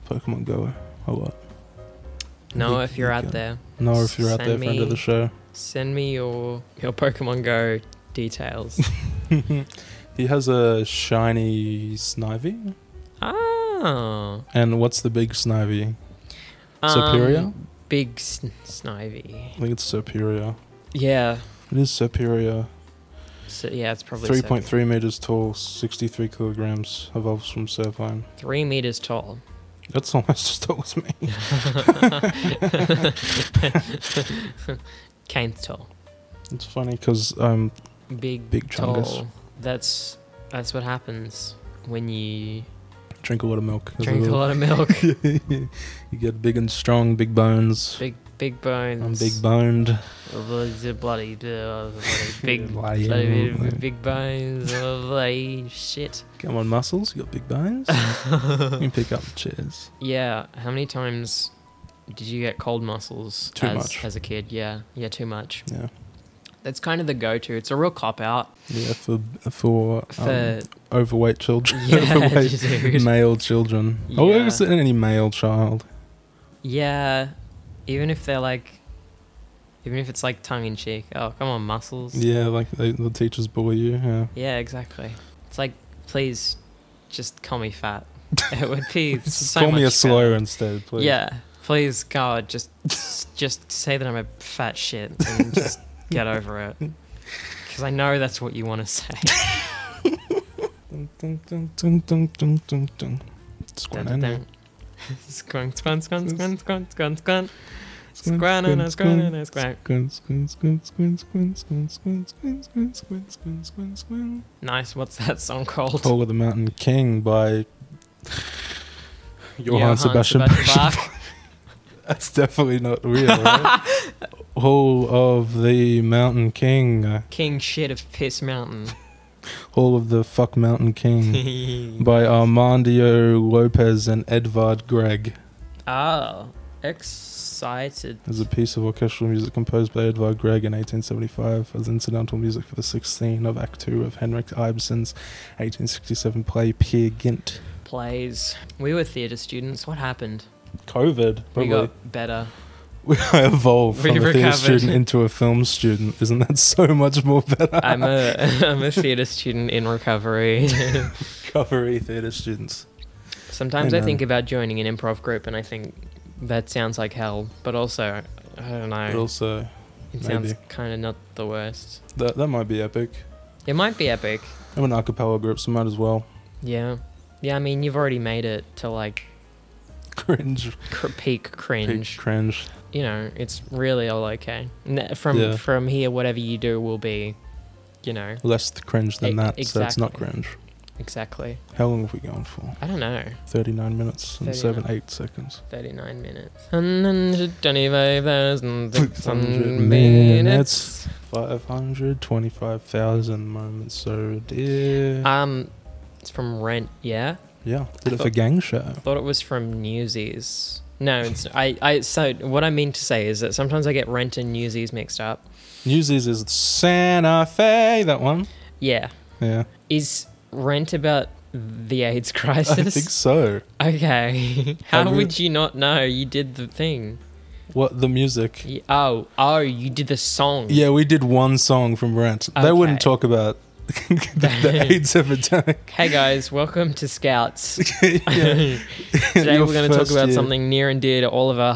S1: Pokemon Go a lot.
S2: Noah,
S1: Big
S2: if you're out
S1: weekend.
S2: there,
S1: Noah, if you're out
S2: send
S1: there, friend of
S2: me-
S1: the show.
S2: send me your, your Pokemon Go
S1: *laughs*
S2: details.
S1: he has a shiny Snivy.
S2: oh.
S1: And what's the big Snivy?
S2: um,
S1: Superior?
S2: Big sn- Snivy.
S1: I think it's Superior.
S2: Yeah.
S1: It is Superior.
S2: So, yeah, it's probably
S1: Three
S2: so.
S1: point three meters tall, sixty three kilograms, evolves from Servine.
S2: Three meters tall.
S1: *laughs* That's almost as *laughs* tall as me.
S2: Kane's tall.
S1: It's funny because um,
S2: Big,
S1: Big
S2: tall.
S1: chungus.
S2: That's that's what happens when you
S1: drink a lot of milk. There's
S2: drink a lot
S1: *laughs*
S2: of milk.
S1: little- you get big and strong, big bones.
S2: big big bones.
S1: I'm big boned.
S2: Bloody, bloody, bloody
S1: *laughs*
S2: big,
S1: Bloody
S2: bloody,
S1: hell.
S2: big bones. Bloody shit.
S1: Come on, muscles. You got big
S2: *laughs*
S1: bones. you can pick up chairs.
S2: Yeah. How many times did you get cold muscles
S1: Too
S2: as,
S1: much.
S2: as a kid? Yeah. Yeah. Too much.
S1: Yeah,
S2: That's kind of the go-to. It's a real cop out
S1: yeah. For for, um,
S2: for
S1: overweight children, *laughs*
S2: yeah, *laughs*
S1: overweight
S2: dude.
S1: male children. Oh,
S2: Yeah.
S1: I guess any male child.
S2: Yeah, even if they're like, even if it's like tongue in cheek. Oh, come on, muscles. Yeah,
S1: Yeah, like they, the teachers bully you. Yeah.
S2: exactly. It's like, please, just call
S1: *laughs*
S2: me fat. It would be so
S1: Call me a
S2: much better.
S1: slur instead, please.
S2: Yeah, please, God, just just say that I'm a fat shit
S1: *laughs*
S2: and just get over it. Because I know that's what you want to say.
S1: Dun, dun, dun, dun, dun, dun, dun, dun.
S2: Dun,
S1: Squan
S2: dun,
S1: anime.
S2: *laughs* dun. Squan, squan, squan, squan, squan, squan,
S1: Squan,
S2: squan. Squan,
S1: squan,
S2: and a squan, and a squan.
S1: squan, squan, squan, squan, squan, squan, squan, squan, squan, squan, squan, squan, squan.
S2: Nice. What's that song called?
S1: Call of the Mountain King *laughs* by Johann, Sebastian, Bach.
S2: Bach.
S1: *laughs* That's definitely not real, *laughs* right? Hall of the Mountain King. uh,
S2: King shit of Piss Mountain.
S1: *laughs* Hall of the Fuck Mountain *laughs* King by Armandio Lopez and Edvard Gregg.
S2: oh, excited.
S1: is a piece of orchestral music composed by Edvard Grieg in 1875 as incidental music for the sixth scene of Act Two of Henrik Ibsen's 1867 play Peer Gynt.
S2: Plays. We were theatre students. What happened?
S1: COVID, probably.
S2: We got better.
S1: I evolved
S2: We
S1: from a theatre
S2: recovered.
S1: student into a film student. Isn't that so much more better?
S2: I'm a *laughs* I'm a theatre student in recovery. *laughs*
S1: Recovery theatre students.
S2: Sometimes I
S1: Amen.
S2: think about joining an improv group, and I think that sounds like hell. But also, I don't
S1: But
S2: know.
S1: also,
S2: It sounds
S1: maybe.
S2: kind of not the worst.
S1: that, that might be epic.
S2: It might be epic.
S1: I'm an a cappella group, so might as well. *laughs*
S2: Yeah. Yeah, I mean, you've already made it to like
S1: Cringe.
S2: cr- peak cringe.
S1: Peak cringe.
S2: you know, it's really all okay. N- From
S1: Yeah.
S2: from here, whatever you do will be, you know,
S1: Less the cringe than
S2: E-
S1: that, so it's not
S2: exactly.
S1: cringe.
S2: exactly.
S1: How long have we gone for?
S2: I don't know.
S1: 39 minutes and
S2: 39.
S1: 7 8 seconds.
S2: Thirty nine minutes. Twenty five thousand six
S1: 600
S2: hundred
S1: *laughs* minutes.
S2: minutes.
S1: 525,000 moments so dear.
S2: Um, it's from Rent. Yeah,
S1: yeah,
S2: I
S1: did it for
S2: thought-
S1: Gang Show.
S2: thought it was from Newsies. No, it's I. I so what I mean to say is that sometimes I get Rent and Newsies mixed up.
S1: Newsies is Santa Fe, that one.
S2: Yeah,
S1: Yeah.
S2: Is Rent about the AIDS *laughs*
S1: I
S2: crisis?
S1: think so.
S2: Okay. *laughs* How
S1: really-
S2: would you not know? You did the thing.
S1: What the music?
S2: Y- Oh, oh, you did the song.
S1: Yeah, we did one song from Rent. They wouldn't
S2: Okay.
S1: talk
S2: *laughs*
S1: about the, the AIDS epidemic. *laughs*
S2: Hey guys, welcome to Scouts.
S1: Yeah.
S2: *laughs* Today we're
S1: Your
S2: going to talk
S1: first
S2: about
S1: year.
S2: something near and dear to all of our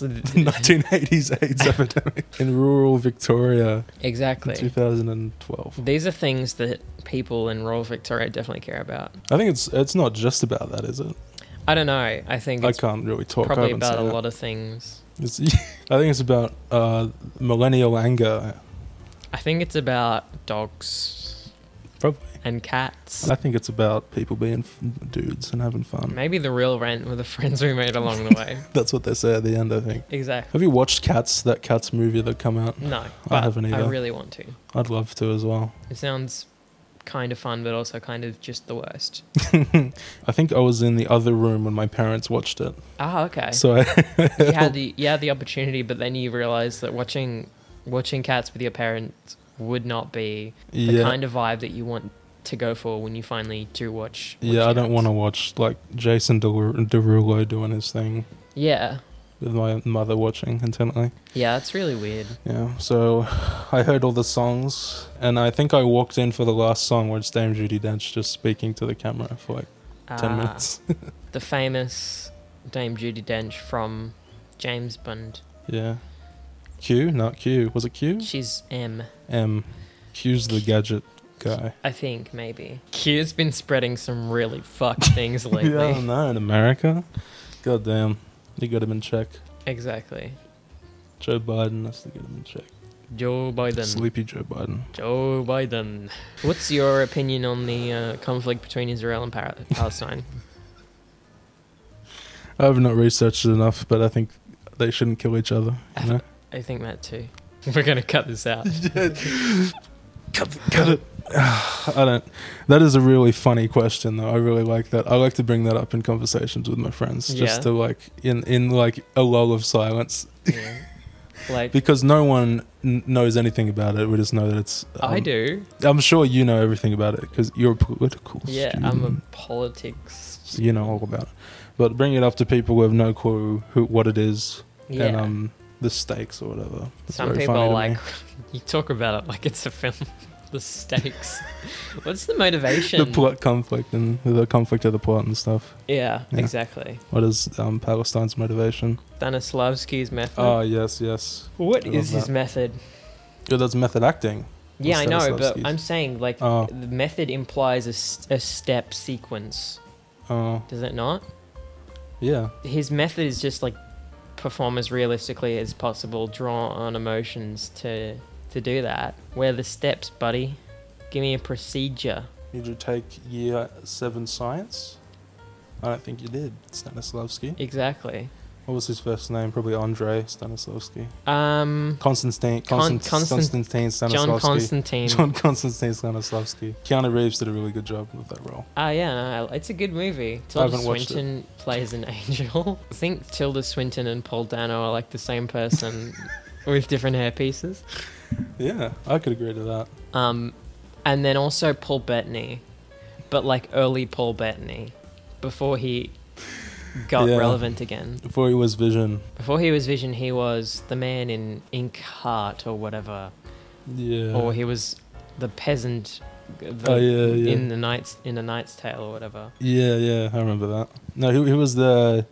S1: *laughs* The 1980s
S2: *laughs*
S1: AIDS epidemic in rural Victoria in
S2: Exactly.
S1: 2012.
S2: These are things that people in rural Victoria definitely care about.
S1: I think it's it's not just about that, is it?
S2: I don't know. I think
S1: I
S2: it's
S1: can't really talk. I
S2: probably
S1: haven't
S2: about a
S1: seen it.
S2: lot of things.
S1: It's, *laughs* I think it's about uh, millennial anger.
S2: I think it's about dogs
S1: Probably.
S2: and cats.
S1: I think it's about people being f- dudes and having fun.
S2: Maybe the real rent were the *laughs* friends we made along the
S1: *laughs*
S2: way.
S1: That's what they say at the end. I think.
S2: exactly.
S1: Have you watched Cats? That Cats movie that come out?
S2: No, but I,
S1: haven't either.
S2: really want to.
S1: I'd love to as well.
S2: It sounds kind of fun, but also kind of just the worst.
S1: *laughs* I think I was in the other room when my parents watched it.
S2: Ah, okay.
S1: So I,
S2: you
S1: *laughs*
S2: had the you had the opportunity, but then you realised that watching watching cats with your parents would not be the
S1: yeah,
S2: kind of vibe that you want to go for when you finally do watch. watch
S1: yeah, I don't
S2: Cats.
S1: want to watch like Jason Deru- Derulo doing his thing
S2: Yeah,
S1: with my mother watching intently.
S2: yeah, it's really weird.
S1: Yeah. So I heard all the songs, and I think I walked in for the last song where it's Dame Judy Dench just speaking to the camera for like ten
S2: Ah,
S1: minutes. *laughs*
S2: The famous Dame Judy Dench from James Bond.
S1: yeah. Q, not Q. Was it Q?
S2: She's M,
S1: M. Q's the gadget guy.
S2: I think maybe. Q's been spreading some really fucked things
S1: *laughs*
S2: lately.
S1: Yeah, I don't know. In America, god damn, you got him in check.
S2: Exactly.
S1: Joe Biden has to get him in check.
S2: Joe Biden.
S1: Sleepy Joe Biden.
S2: Joe Biden. What's your opinion on the uh, conflict between Israel and Par- Palestine? *laughs*
S1: I've not researched it enough, but I think they shouldn't kill each other. You know?
S2: I think that too. We're gonna cut
S1: *laughs*
S2: this out.
S1: cut, cut it. *sighs* I don't. That is a really funny question, though. I really like that. I like to bring that up in conversations with my friends, just
S2: Yeah.
S1: to like in in like a lull of silence,
S2: Yeah. Like
S1: because no one n- knows anything about it. We just know that it's.
S2: I
S1: um,
S2: do.
S1: I'm sure you know everything about it because you're a political.
S2: Yeah,
S1: *laughs*
S2: I'm
S1: student.
S2: a politics.
S1: So you know all about it. But bring it up to people who have no clue who what it is
S2: Yeah.
S1: and um the stakes or whatever. It's
S2: Some
S1: very
S2: people
S1: funny
S2: are
S1: to *laughs*
S2: like,
S1: me.
S2: *laughs* you talk about it like it's a film. *laughs*
S1: *laughs*
S2: the stakes. What's the motivation?
S1: the *laughs* plot conflict and the conflict of the plot and stuff.
S2: yeah,
S1: Yeah.
S2: exactly.
S1: What is um, Palestine's motivation?
S2: Stanislavski's method.
S1: Oh yes, yes.
S2: what
S1: I
S2: is
S1: love
S2: his method?
S1: Yeah, that's method acting.
S2: Yeah, I know, but
S1: Stanislavski's.
S2: I'm saying like
S1: Oh.
S2: the method implies a, s- a step sequence,
S1: Oh
S2: does it not?
S1: yeah,
S2: his method is just like perform as realistically as possible, draw on emotions to to do that. Where are the steps, buddy? Give me a procedure.
S1: did you take year seven science? I don't think you did, Stanislavski.
S2: Exactly.
S1: What was his first name? Probably Andre Stanislavski.
S2: Um,
S1: Constantine.
S2: Con-
S1: Constant,
S2: Constant-
S1: Constantine Stanislavski.
S2: John Constantine.
S1: John Constantine Stanislavski. Keanu Reeves did a really good job with that role.
S2: Ah, yeah, no, I- it's a good movie. Tilda
S1: haven't watched it.
S2: Swinton plays an *laughs* angel. I think Tilda Swinton and Paul Dano are like the
S1: *laughs*
S2: same person with different hairpieces.
S1: Yeah, I could agree to that.
S2: Um, and then also Paul Bettany, but like early Paul Bettany, before he got
S1: Yeah.
S2: relevant again.
S1: Before he was Vision.
S2: Before he was Vision, he was the man in Ink Heart or whatever,
S1: Yeah.
S2: or he was the peasant the-
S1: Oh, yeah, yeah.
S2: in the Knight's in the Knight's Tale or whatever.
S1: yeah, yeah, I remember that. No, he, he was the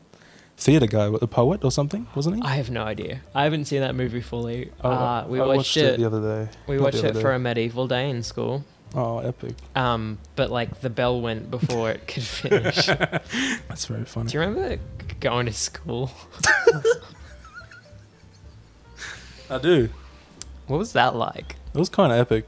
S1: theater guy, the poet or something, wasn't he?
S2: I have no idea. I haven't seen that movie fully.
S1: I-
S2: uh, we
S1: I
S2: watched, it.
S1: the other day.
S2: we
S1: not the
S2: watched
S1: other
S2: it
S1: day.
S2: for a medieval day in school.
S1: Oh, epic!
S2: Um, but like the bell went before it
S1: *laughs*
S2: could *laughs* finish.
S1: That's very funny.
S2: Do you remember g- going to school?
S1: I do.
S2: What was that like?
S1: It was kind of epic.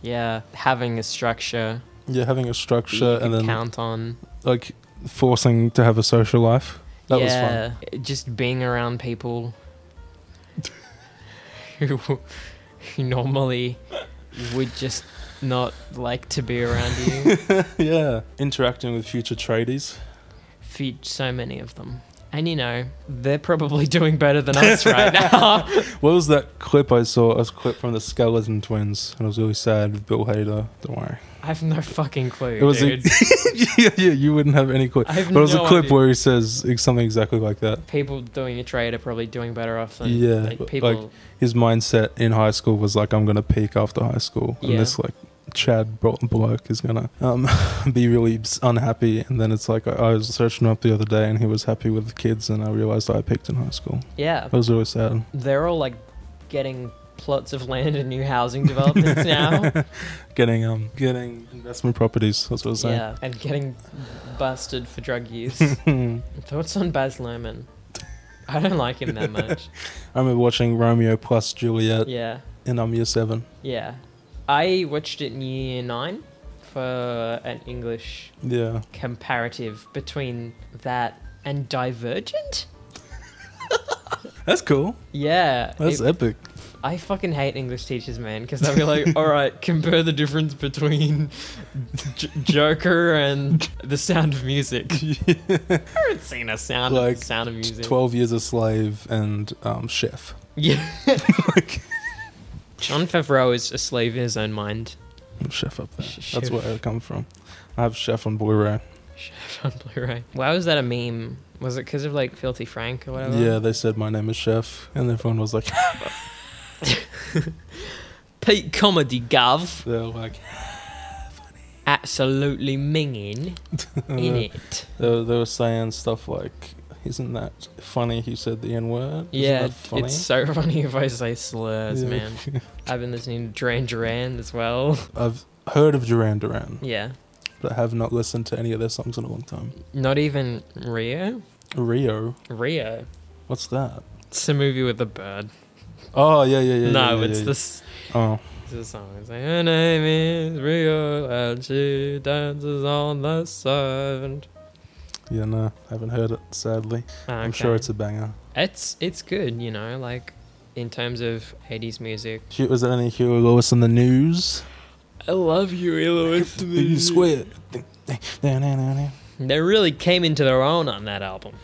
S2: Yeah, having a structure
S1: Yeah, having a
S2: that you
S1: structure
S2: could
S1: and then
S2: count on.
S1: like forcing to have a social life. That was fun.
S2: yeah, just being
S1: *laughs*
S2: around people who, who normally would just not like to be around you.
S1: *laughs* yeah, interacting with future tradies.
S2: Feed so many of them. And you know, they're probably doing better than
S1: *laughs*
S2: us right now. *laughs*
S1: What was that clip I saw? It was a clip from the Skeleton Twins, and it was really sad with Bill Hader. Don't worry. *laughs*
S2: I have no fucking clue.
S1: It was a,
S2: dude.
S1: yeah, yeah, you wouldn't have any clue.
S2: I have
S1: But it was
S2: no
S1: a clip
S2: idea.
S1: where he says ex- something exactly like that.
S2: People doing a trade are probably doing better off than
S1: Yeah,
S2: like,
S1: but,
S2: people.
S1: like, His mindset in high school was like, I'm going to peak after high school. And
S2: Yeah.
S1: this, like, Chad bro- bloke is going to um, *laughs* be really s- unhappy. And then it's like, I, I was searching him up the other day, and he was happy with the kids, and I realized I peaked in high school.
S2: yeah,
S1: It was really sad.
S2: they're all like getting plots of land and new housing developments now.
S1: Getting um, getting investment properties. That's what I was saying.
S2: yeah, and getting busted for drug use. Thoughts on Baz Luhrmann? I don't like him that much.
S1: *laughs* I remember watching Romeo plus Juliet
S2: Yeah,
S1: in um, year seven.
S2: yeah. I watched it in year nine for an English
S1: Yeah.
S2: comparative between that and Divergent.
S1: That's cool.
S2: Yeah,
S1: That's
S2: it-
S1: epic. *laughs*
S2: I fucking hate English teachers, man, because they'll be *laughs* like, "All right, compare the difference between J- Joker and The Sound of Music." *laughs* I haven't seen a sound
S1: Like,
S2: of Sound of Music.
S1: 12 years a slave and um, chef.
S2: *laughs* Yeah. John Favreau is a slave in his own mind. *laughs*
S1: I'm chef up there.
S2: Chef.
S1: That's where I come from. I have chef on Blu ray.
S2: Chef on Blu-ray. Why was that a meme? Was it because of like Filthy Frank or whatever?
S1: Yeah, they said my name is chef, and everyone was like, *laughs*
S2: Peak comedy, Gov.
S1: they're like, *laughs*
S2: Absolutely minging in
S1: they,
S2: it.
S1: were- they were saying stuff like, isn't that funny? He said the N word.
S2: Yeah,
S1: Isn't that funny?
S2: it's so funny if I say slurs,
S1: Yeah.
S2: man. I've been listening to Duran Duran as well.
S1: *laughs*
S2: *laughs*
S1: I've heard of Duran Duran,
S2: Yeah.
S1: but I have not listened to any of their songs in a long time.
S2: Not even Rio?
S1: Rio,
S2: Rio.
S1: what's that?
S2: It's a movie with a bird.
S1: Oh yeah, yeah, yeah.
S2: no,
S1: yeah, yeah,
S2: it's
S1: yeah.
S2: this
S1: Oh,
S2: it's the song. It's like, her name is Rio and she dances on the sand.
S1: yeah, no, haven't heard it. Sadly, I'm sure it's a banger.
S2: Ah, it's it's good, you know, like in terms of 80s music.
S1: Hu- Was there any Huey Lewis in the news?
S2: I love you,
S1: *laughs*
S2: Eloise.
S1: You swear.
S2: They really came into their own on that album.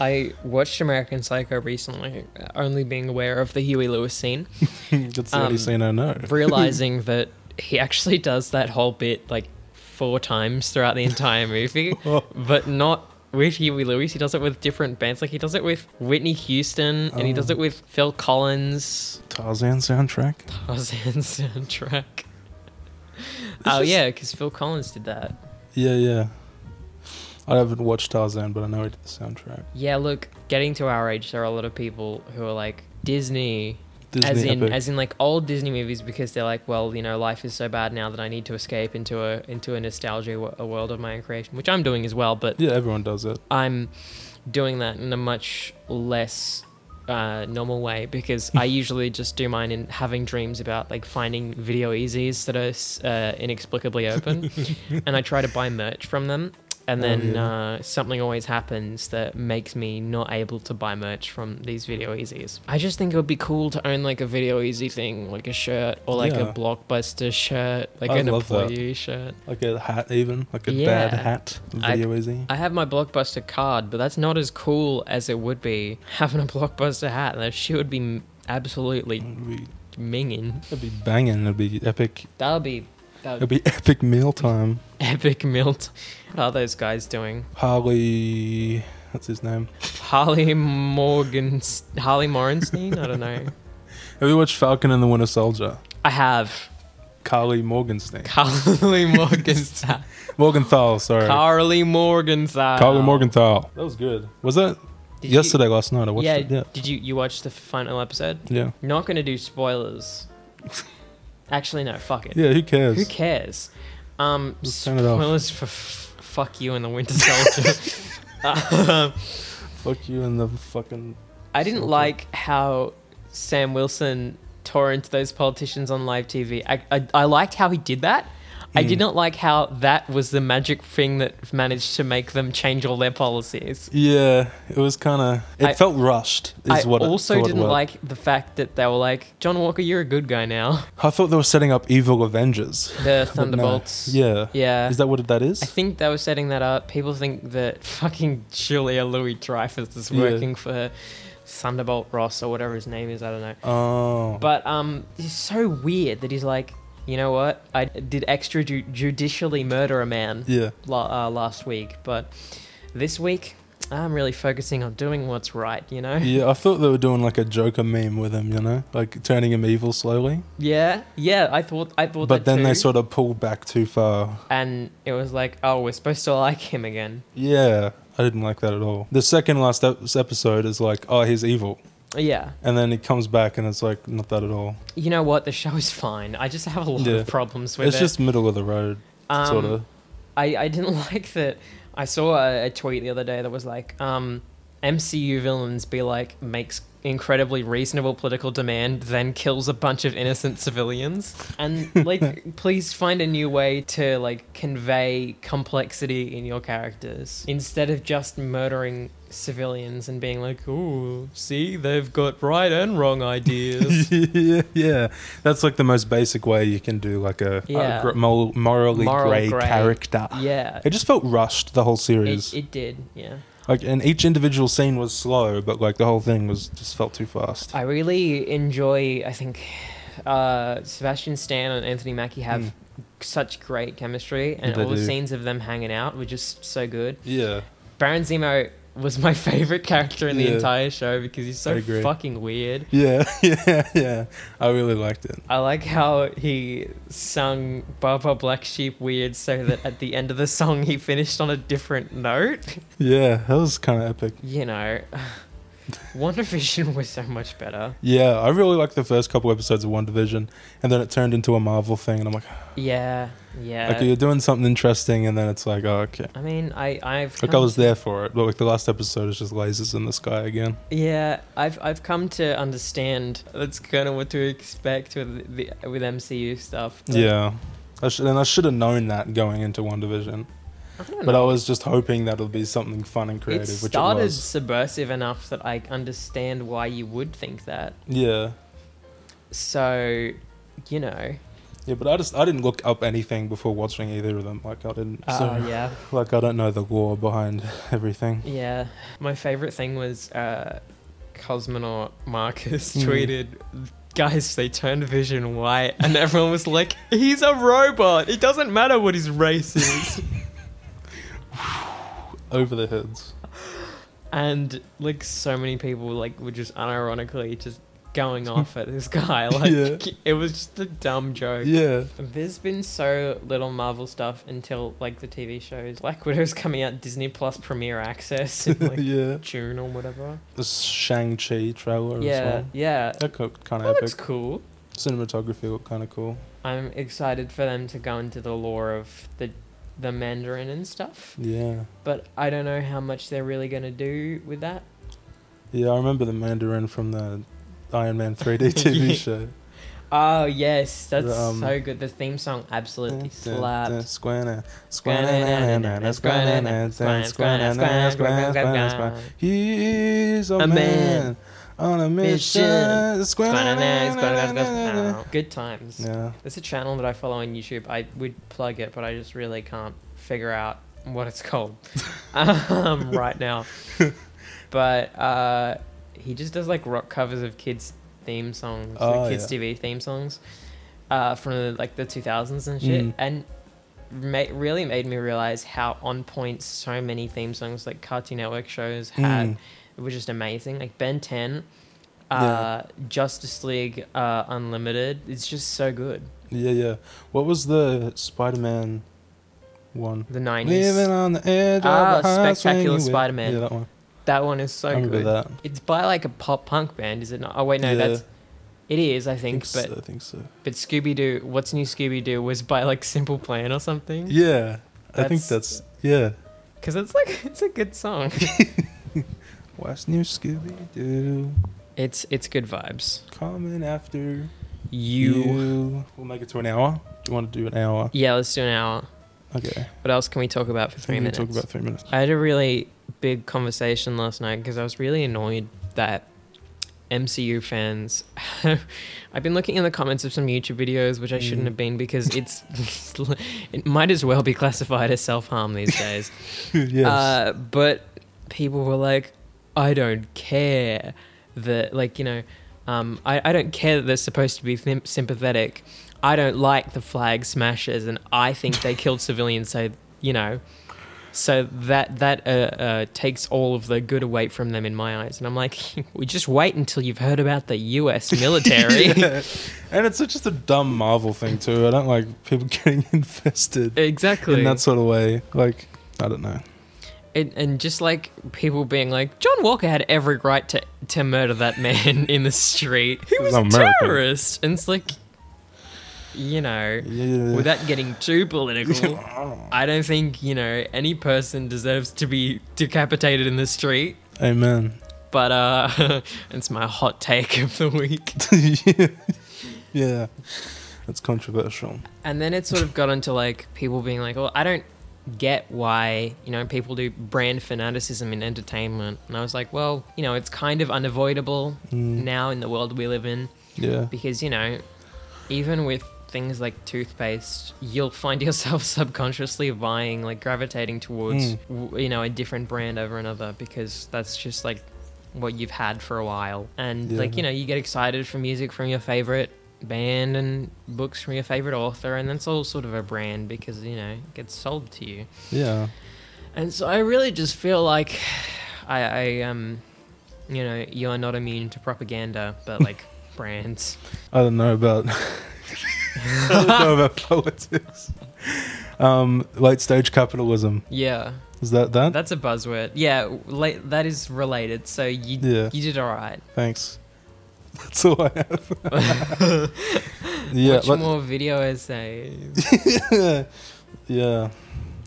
S2: I watched American Psycho recently, only being aware of the Huey Lewis scene,
S1: That's the
S2: Um,
S1: only scene I know.
S2: realizing *laughs* that he actually does that whole bit like four times throughout the entire movie,
S1: Oh.
S2: but not with Huey Lewis. He does it with different bands. Like he does it with Whitney Houston, and he does
S1: Oh.
S2: it with Phil Collins,
S1: Tarzan soundtrack.
S2: Tarzan *laughs* soundtrack. Oh
S1: is-
S2: yeah, because Phil Collins did that.
S1: Yeah, yeah. I haven't watched Tarzan, but I know he did the soundtrack.
S2: Yeah, look, getting to our age, there are a lot of people who are like Disney,
S1: Disney
S2: as in
S1: epic.
S2: as in like old Disney movies because they're like, well, you know, life is so bad now that I need to escape into a into a nostalgia wo- a world of my own creation, which I'm doing as well, but
S1: yeah, everyone does it.
S2: I'm doing that in a much less uh, normal way because
S1: *laughs*
S2: I usually just do mine in having dreams about like finding video easies that are s- uh, inexplicably open,
S1: *laughs*
S2: and I try to buy merch from them. And
S1: Oh,
S2: then
S1: yeah.
S2: uh, something always happens that makes me not able to buy merch from these video easies. I just think it would be cool to own like a video easy thing, like a shirt or like
S1: Yeah.
S2: a blockbuster shirt, like
S1: I
S2: an
S1: love that.
S2: employee shirt.
S1: Like a hat, even like a
S2: Yeah.
S1: bad hat.
S2: I-
S1: Video easy.
S2: I have my blockbuster card, but that's not as cool as it would be having a blockbuster hat. That shit would be m- absolutely
S1: It'd be,
S2: minging.
S1: it'd be banging. It'd be epic.
S2: That'll be *laughs* that
S1: It'd
S2: would
S1: be *laughs* epic mealtime.
S2: epic milt. What are those guys doing?
S1: Harley, what's his name?
S2: Harley Morgan, Harley Morenstein. I don't know.
S1: Have you watched Falcon and the Winter Soldier?
S2: I have
S1: Carly Morgenstein.
S2: Carly Morgenthau.
S1: Morgenthau, sorry.
S2: Carly Morgenthau.
S1: Carly Morgenthau. That was good. Was that
S2: Did you-
S1: yesterday, last night? I watched
S2: yeah,
S1: it. Yeah.
S2: Did you you watch the final episode?
S1: Yeah.
S2: Not gonna do spoilers. Actually, no. Fuck it.
S1: Yeah, who cares?
S2: Who cares? Um,
S1: Just turn it off.
S2: spoilers for f- fuck you and the
S1: *laughs*
S2: Winter Soldier. Um,
S1: Fuck you and the fucking.
S2: I didn't
S1: Soldier.
S2: like how Sam Wilson tore into those politicians on live TV. I, I, I liked how he did that.
S1: Mm.
S2: I did not like how that was the magic thing that managed to make them change all their policies.
S1: Yeah, it was kind of. It
S2: I-
S1: felt rushed. Is
S2: I
S1: what it-
S2: also
S1: what it
S2: didn't
S1: was.
S2: like the fact that they were like, John Walker, you're a good
S1: *laughs*
S2: guy now.
S1: I thought they were setting up evil Avengers.
S2: The
S1: but no.
S2: Thunderbolts.
S1: Yeah.
S2: Yeah.
S1: Is that what that is?
S2: I think they were setting that up. People think that *laughs* fucking Julia Louis Dreyfus is
S1: Yeah.
S2: working for Thunderbolt Ross or whatever his name is. I don't know.
S1: oh.
S2: But um, it's so weird that he's like, you know what? I did extra ju- judicially murder a man
S1: yeah.
S2: la- uh, last week, but this week I'm really focusing on doing what's right. You know?
S1: Yeah, I thought they were doing like a Joker meme with him, you know, like turning him evil slowly.
S2: *laughs* Yeah, yeah. I thought I thought.
S1: but
S2: that
S1: then they
S2: too.
S1: sort of pulled back too far.
S2: and it was like, oh, we're supposed to like him again.
S1: Yeah, I didn't like that at all. The second last ep- episode is like, oh, he's evil,
S2: Yeah.
S1: and then he comes back and it's like not that at all.
S2: You know what? The show is fine. I just have a lot
S1: Yeah.
S2: of problems with
S1: it's
S2: it.
S1: just middle of the road,
S2: Um,
S1: sort of.
S2: I, I didn't *laughs* like that. I saw a, a tweet the other day that was like, um, MCU villains be like makes incredibly reasonable political demand, then kills a bunch of innocent civilians. *laughs* And like, please find a new way to like convey complexity in your characters instead of just murdering civilians and being like, "Ooh, see, they've got right and *laughs* wrong
S1: *laughs*
S2: ideas."
S1: yeah, yeah, that's like the most basic way you can do like a, a
S2: Yeah.
S1: gr- mor- morally
S2: Moral
S1: gray,
S2: grey.
S1: character.
S2: yeah,
S1: It just felt rushed the whole series.
S2: it, it did. Yeah.
S1: like, and each individual scene was slow, but like the whole thing was just felt too fast.
S2: I really enjoy. I think uh, Sebastian Stan and Anthony Mackie have
S1: Mm.
S2: such great chemistry, and
S1: They
S2: all the
S1: do.
S2: scenes of them hanging out were just so good.
S1: yeah.
S2: Baron Zemo was my *laughs* favorite character in the
S1: Yeah.
S2: entire show because he's
S1: I
S2: so
S1: agree.
S2: fucking weird.
S1: Yeah, *laughs* yeah, yeah. I really liked it.
S2: I like how he sung Baba Black Sheep weird so that
S1: *laughs*
S2: at the end of the song he finished on a different note. *laughs*
S1: Yeah, that was kind of epic.
S2: You know, *laughs* WandaVision was so much better.
S1: Yeah, I really liked the first couple episodes of One Division, and then it turned into a Marvel thing, and I'm like,
S2: Yeah, yeah.
S1: okay, you're doing something interesting, and then it's like, oh, okay.
S2: I mean, I, I've.
S1: Like I
S2: come
S1: was
S2: to-
S1: there for it, but like the last episode is just lasers in the sky again.
S2: Yeah, I've I've come to understand that's kind of what to expect with the with MCU stuff. but
S1: Yeah, I should, and I should have known that going into One Division,
S2: I don't
S1: but I
S2: know.
S1: was just hoping that it'll be something fun and
S2: it
S1: creative, which it
S2: started
S1: was.
S2: subversive enough that I understand why you would think that.
S1: Yeah,
S2: So, you know,
S1: yeah, but I just I didn't look up anything before watching either of them. Like I didn't,
S2: uh,
S1: so,
S2: yeah,
S1: like I don't know the lore behind *laughs* everything.
S2: yeah. My favorite thing was uh, cosmonaut Marcus
S1: Hmm.
S2: tweeted. Guys, they turned Vision white, and everyone was like, "He's a robot. It doesn't matter what his race is."
S1: Over the heads.
S2: and like so many people like were just unironically just
S1: *laughs*
S2: going off at this guy
S1: Yeah.
S2: like it was just a dumb joke
S1: Yeah. *laughs*
S2: there's been so little marvel stuff until like the tv shows black widow's coming out disney plus premiere
S1: *laughs*
S2: access in like
S1: yeah.
S2: june or whatever
S1: The Shang Chi trailer
S2: yeah
S1: as well.
S2: yeah
S1: That looked kind
S2: that
S1: of epic.
S2: looks cool
S1: Cinematography looked kind of cool.
S2: i'm excited for them to go into the lore of the the mandarin and stuff
S1: Yeah.
S2: but i don't know how much they're really going to do with that
S1: Yeah, I remember the Mandarin from the Iron Man 3D TV
S2: *laughs* Yeah.
S1: show.
S2: Oh yes, that's
S1: um,
S2: so good. The theme song absolutely slapped.
S1: Squanna. Squanna.
S2: It's
S1: He's a
S2: A
S1: man
S2: man
S1: on a mission.
S2: Mission.
S1: Squanna.
S2: Good times.
S1: Yeah.
S2: There's a channel that I follow on YouTube. I would plug it, but I just really can't figure out what
S1: *laughs*
S2: it's called um, right now. But uh, he just does like rock covers of kids' theme songs,
S1: Oh,
S2: like kids'
S1: yeah.
S2: TV theme songs uh, from the, like the 2000s and shit,
S1: Mm.
S2: and ma- really made me realize how on point so many theme songs like Cartoon Network shows had.
S1: Mm.
S2: It was just amazing. Like Ben 10.
S1: Yeah.
S2: Uh, Justice League uh, Unlimited. It's just so good.
S1: Yeah, yeah. What was the Spider Man one?
S2: The nineties.
S1: Living on the edge
S2: Ah,
S1: of the high swing
S2: Spectacular
S1: with-
S2: Spider-Man.
S1: Yeah, that one.
S2: That one is so
S1: I remember
S2: good.
S1: that.
S2: It's by like a pop punk band, is it not? Oh wait, no,
S1: Yeah. uh,
S2: that's it is, I
S1: I think
S2: think. but
S1: so. I think so.
S2: but Scooby Doo, what's new Scooby Doo was by like Simple Plan or something.
S1: Yeah, I think
S2: Hmm? That's-
S1: that's yeah.
S2: Because it's like *laughs* it's a good song.
S1: What's new, Scooby Doo?
S2: it's it's good vibes.
S1: Coming after
S2: You
S1: We'll make it to an hour. you want to do an hour?
S2: Yeah, let's do an hour.
S1: Okay.
S2: What else can we talk about for
S1: I
S2: three
S1: think we
S2: minutes?
S1: talk about three
S2: *laughs*
S1: minutes. *laughs*
S2: I had a really big conversation last night because I was really annoyed that MCU fans. *laughs* I've been looking in the comments of some YouTube videos, which I shouldn't
S1: Mm.
S2: have been because it's *laughs* it might as well be classified as self harm these days.
S1: yes. *laughs*
S2: Uh, but people were like, I don't care that, like, you know, um, I, I don't care that they're supposed to be thim- sympathetic. I don't like the flag smashers, and I think
S1: *laughs*
S2: they killed civilians, so, you know. So that that uh, uh, takes all of the good away from them in my eyes, and I'm like, *laughs* we just wait until you've heard about the U.S. military.
S1: *laughs* Yeah. And it's just a dumb Marvel thing too. I don't like people *laughs* getting invested
S2: *laughs* Exactly.
S1: in that sort of way. Like I don't know.
S2: and, and just like people being like, John Walker had every right to, to murder that man *laughs* in the street. He
S1: He's
S2: was a
S1: American.
S2: terrorist. And it's like, you know,
S1: Yeah.
S2: without getting too political, I don't think, you know, any person deserves to be decapitated in the street.
S1: Amen. *laughs*
S2: But uh, *laughs* it's my hot take of
S1: *laughs*
S2: the week.
S1: yeah. That's controversial.
S2: And then it sort of got into like people being like, "Well, I don't get why you know people do brand fanaticism in entertainment." And I was like, "Well, you know, it's kind of unavoidable
S1: Mm.
S2: now in the world we live in
S1: Yeah.
S2: because you know, even with things like toothpaste, you'll find *laughs* yourself subconsciously buying like gravitating towards
S1: Mm.
S2: w you know a different brand over another because that's just like what you've had for a while. And like
S1: Yeah.
S2: you know, you get excited for music from your favorite band and books from your favorite author and that's all sort of a brand because you know it gets sold to you
S1: Yeah.
S2: and so i really just feel like i i um you know you're not immune to propaganda but
S1: *laughs*
S2: like brands
S1: I don't know about *laughs* I don't know about *laughs*
S2: *laughs*
S1: politics. Um, late stage capitalism.
S2: yeah
S1: Is that that?
S2: That's a buzzword. Yeah, la- that is related. So you
S1: Yeah.
S2: you did all right.
S1: Thanks. That's all I have. *laughs* yeah.
S2: *laughs* Watch
S1: but-
S2: more eh? video essays.
S1: *laughs* yeah.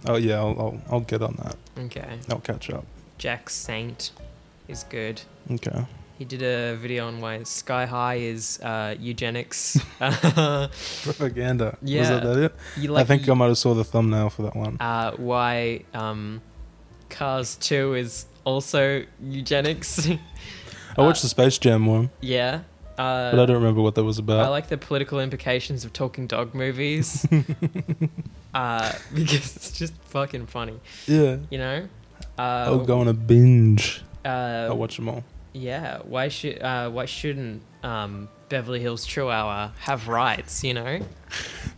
S1: Oh yeah. I'll, I'll I'll get on that.
S2: okay,
S1: I'll catch up.
S2: Jack Saint is good.
S1: Okay. *laughs*
S2: He did a video on why Sky High is uh, eugenics. *laughs* Uh,
S1: Propaganda. Was
S2: Yeah.
S1: that, that it?
S2: you like
S1: I think I might have saw the thumbnail for that one.
S2: uh, why um, Cars Two is also eugenics. *laughs*
S1: I
S2: Uh,
S1: watched the Space Jam one,
S2: yeah. Uh,
S1: but I don't remember what that was
S2: I
S1: about.
S2: like the political implications of talking dog movies. uh, because it's just fucking funny,
S1: yeah.
S2: you know? Uh,
S1: I'll go on a binge.
S2: Uh,
S1: I'll watch them all.
S2: yeah, why should uh, why shouldn't um, Beverly Hills True Hour have rights, you know?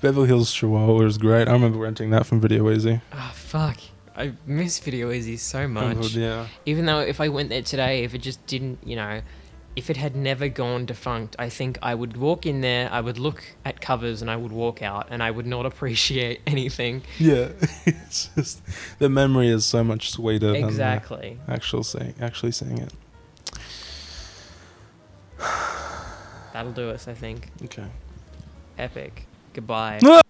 S1: Beverly Hills Chihuahua is great. I remember renting that from Video Easy.
S2: Ah, fuck. I miss Video Easy so much.
S1: Yeah.
S2: Even though if I went there today, if it just didn't, you know, if it had never gone defunct, I think I would walk in there, I would look at covers, and I would walk out, and I would not *laughs* appreciate anything.
S1: Yeah. *laughs* it's just the memory is so much sweeter than
S2: Exactly.
S1: the actual seeing actually seeing it.
S2: That'll do us, I think.
S1: Okay.
S2: Epic. Goodbye.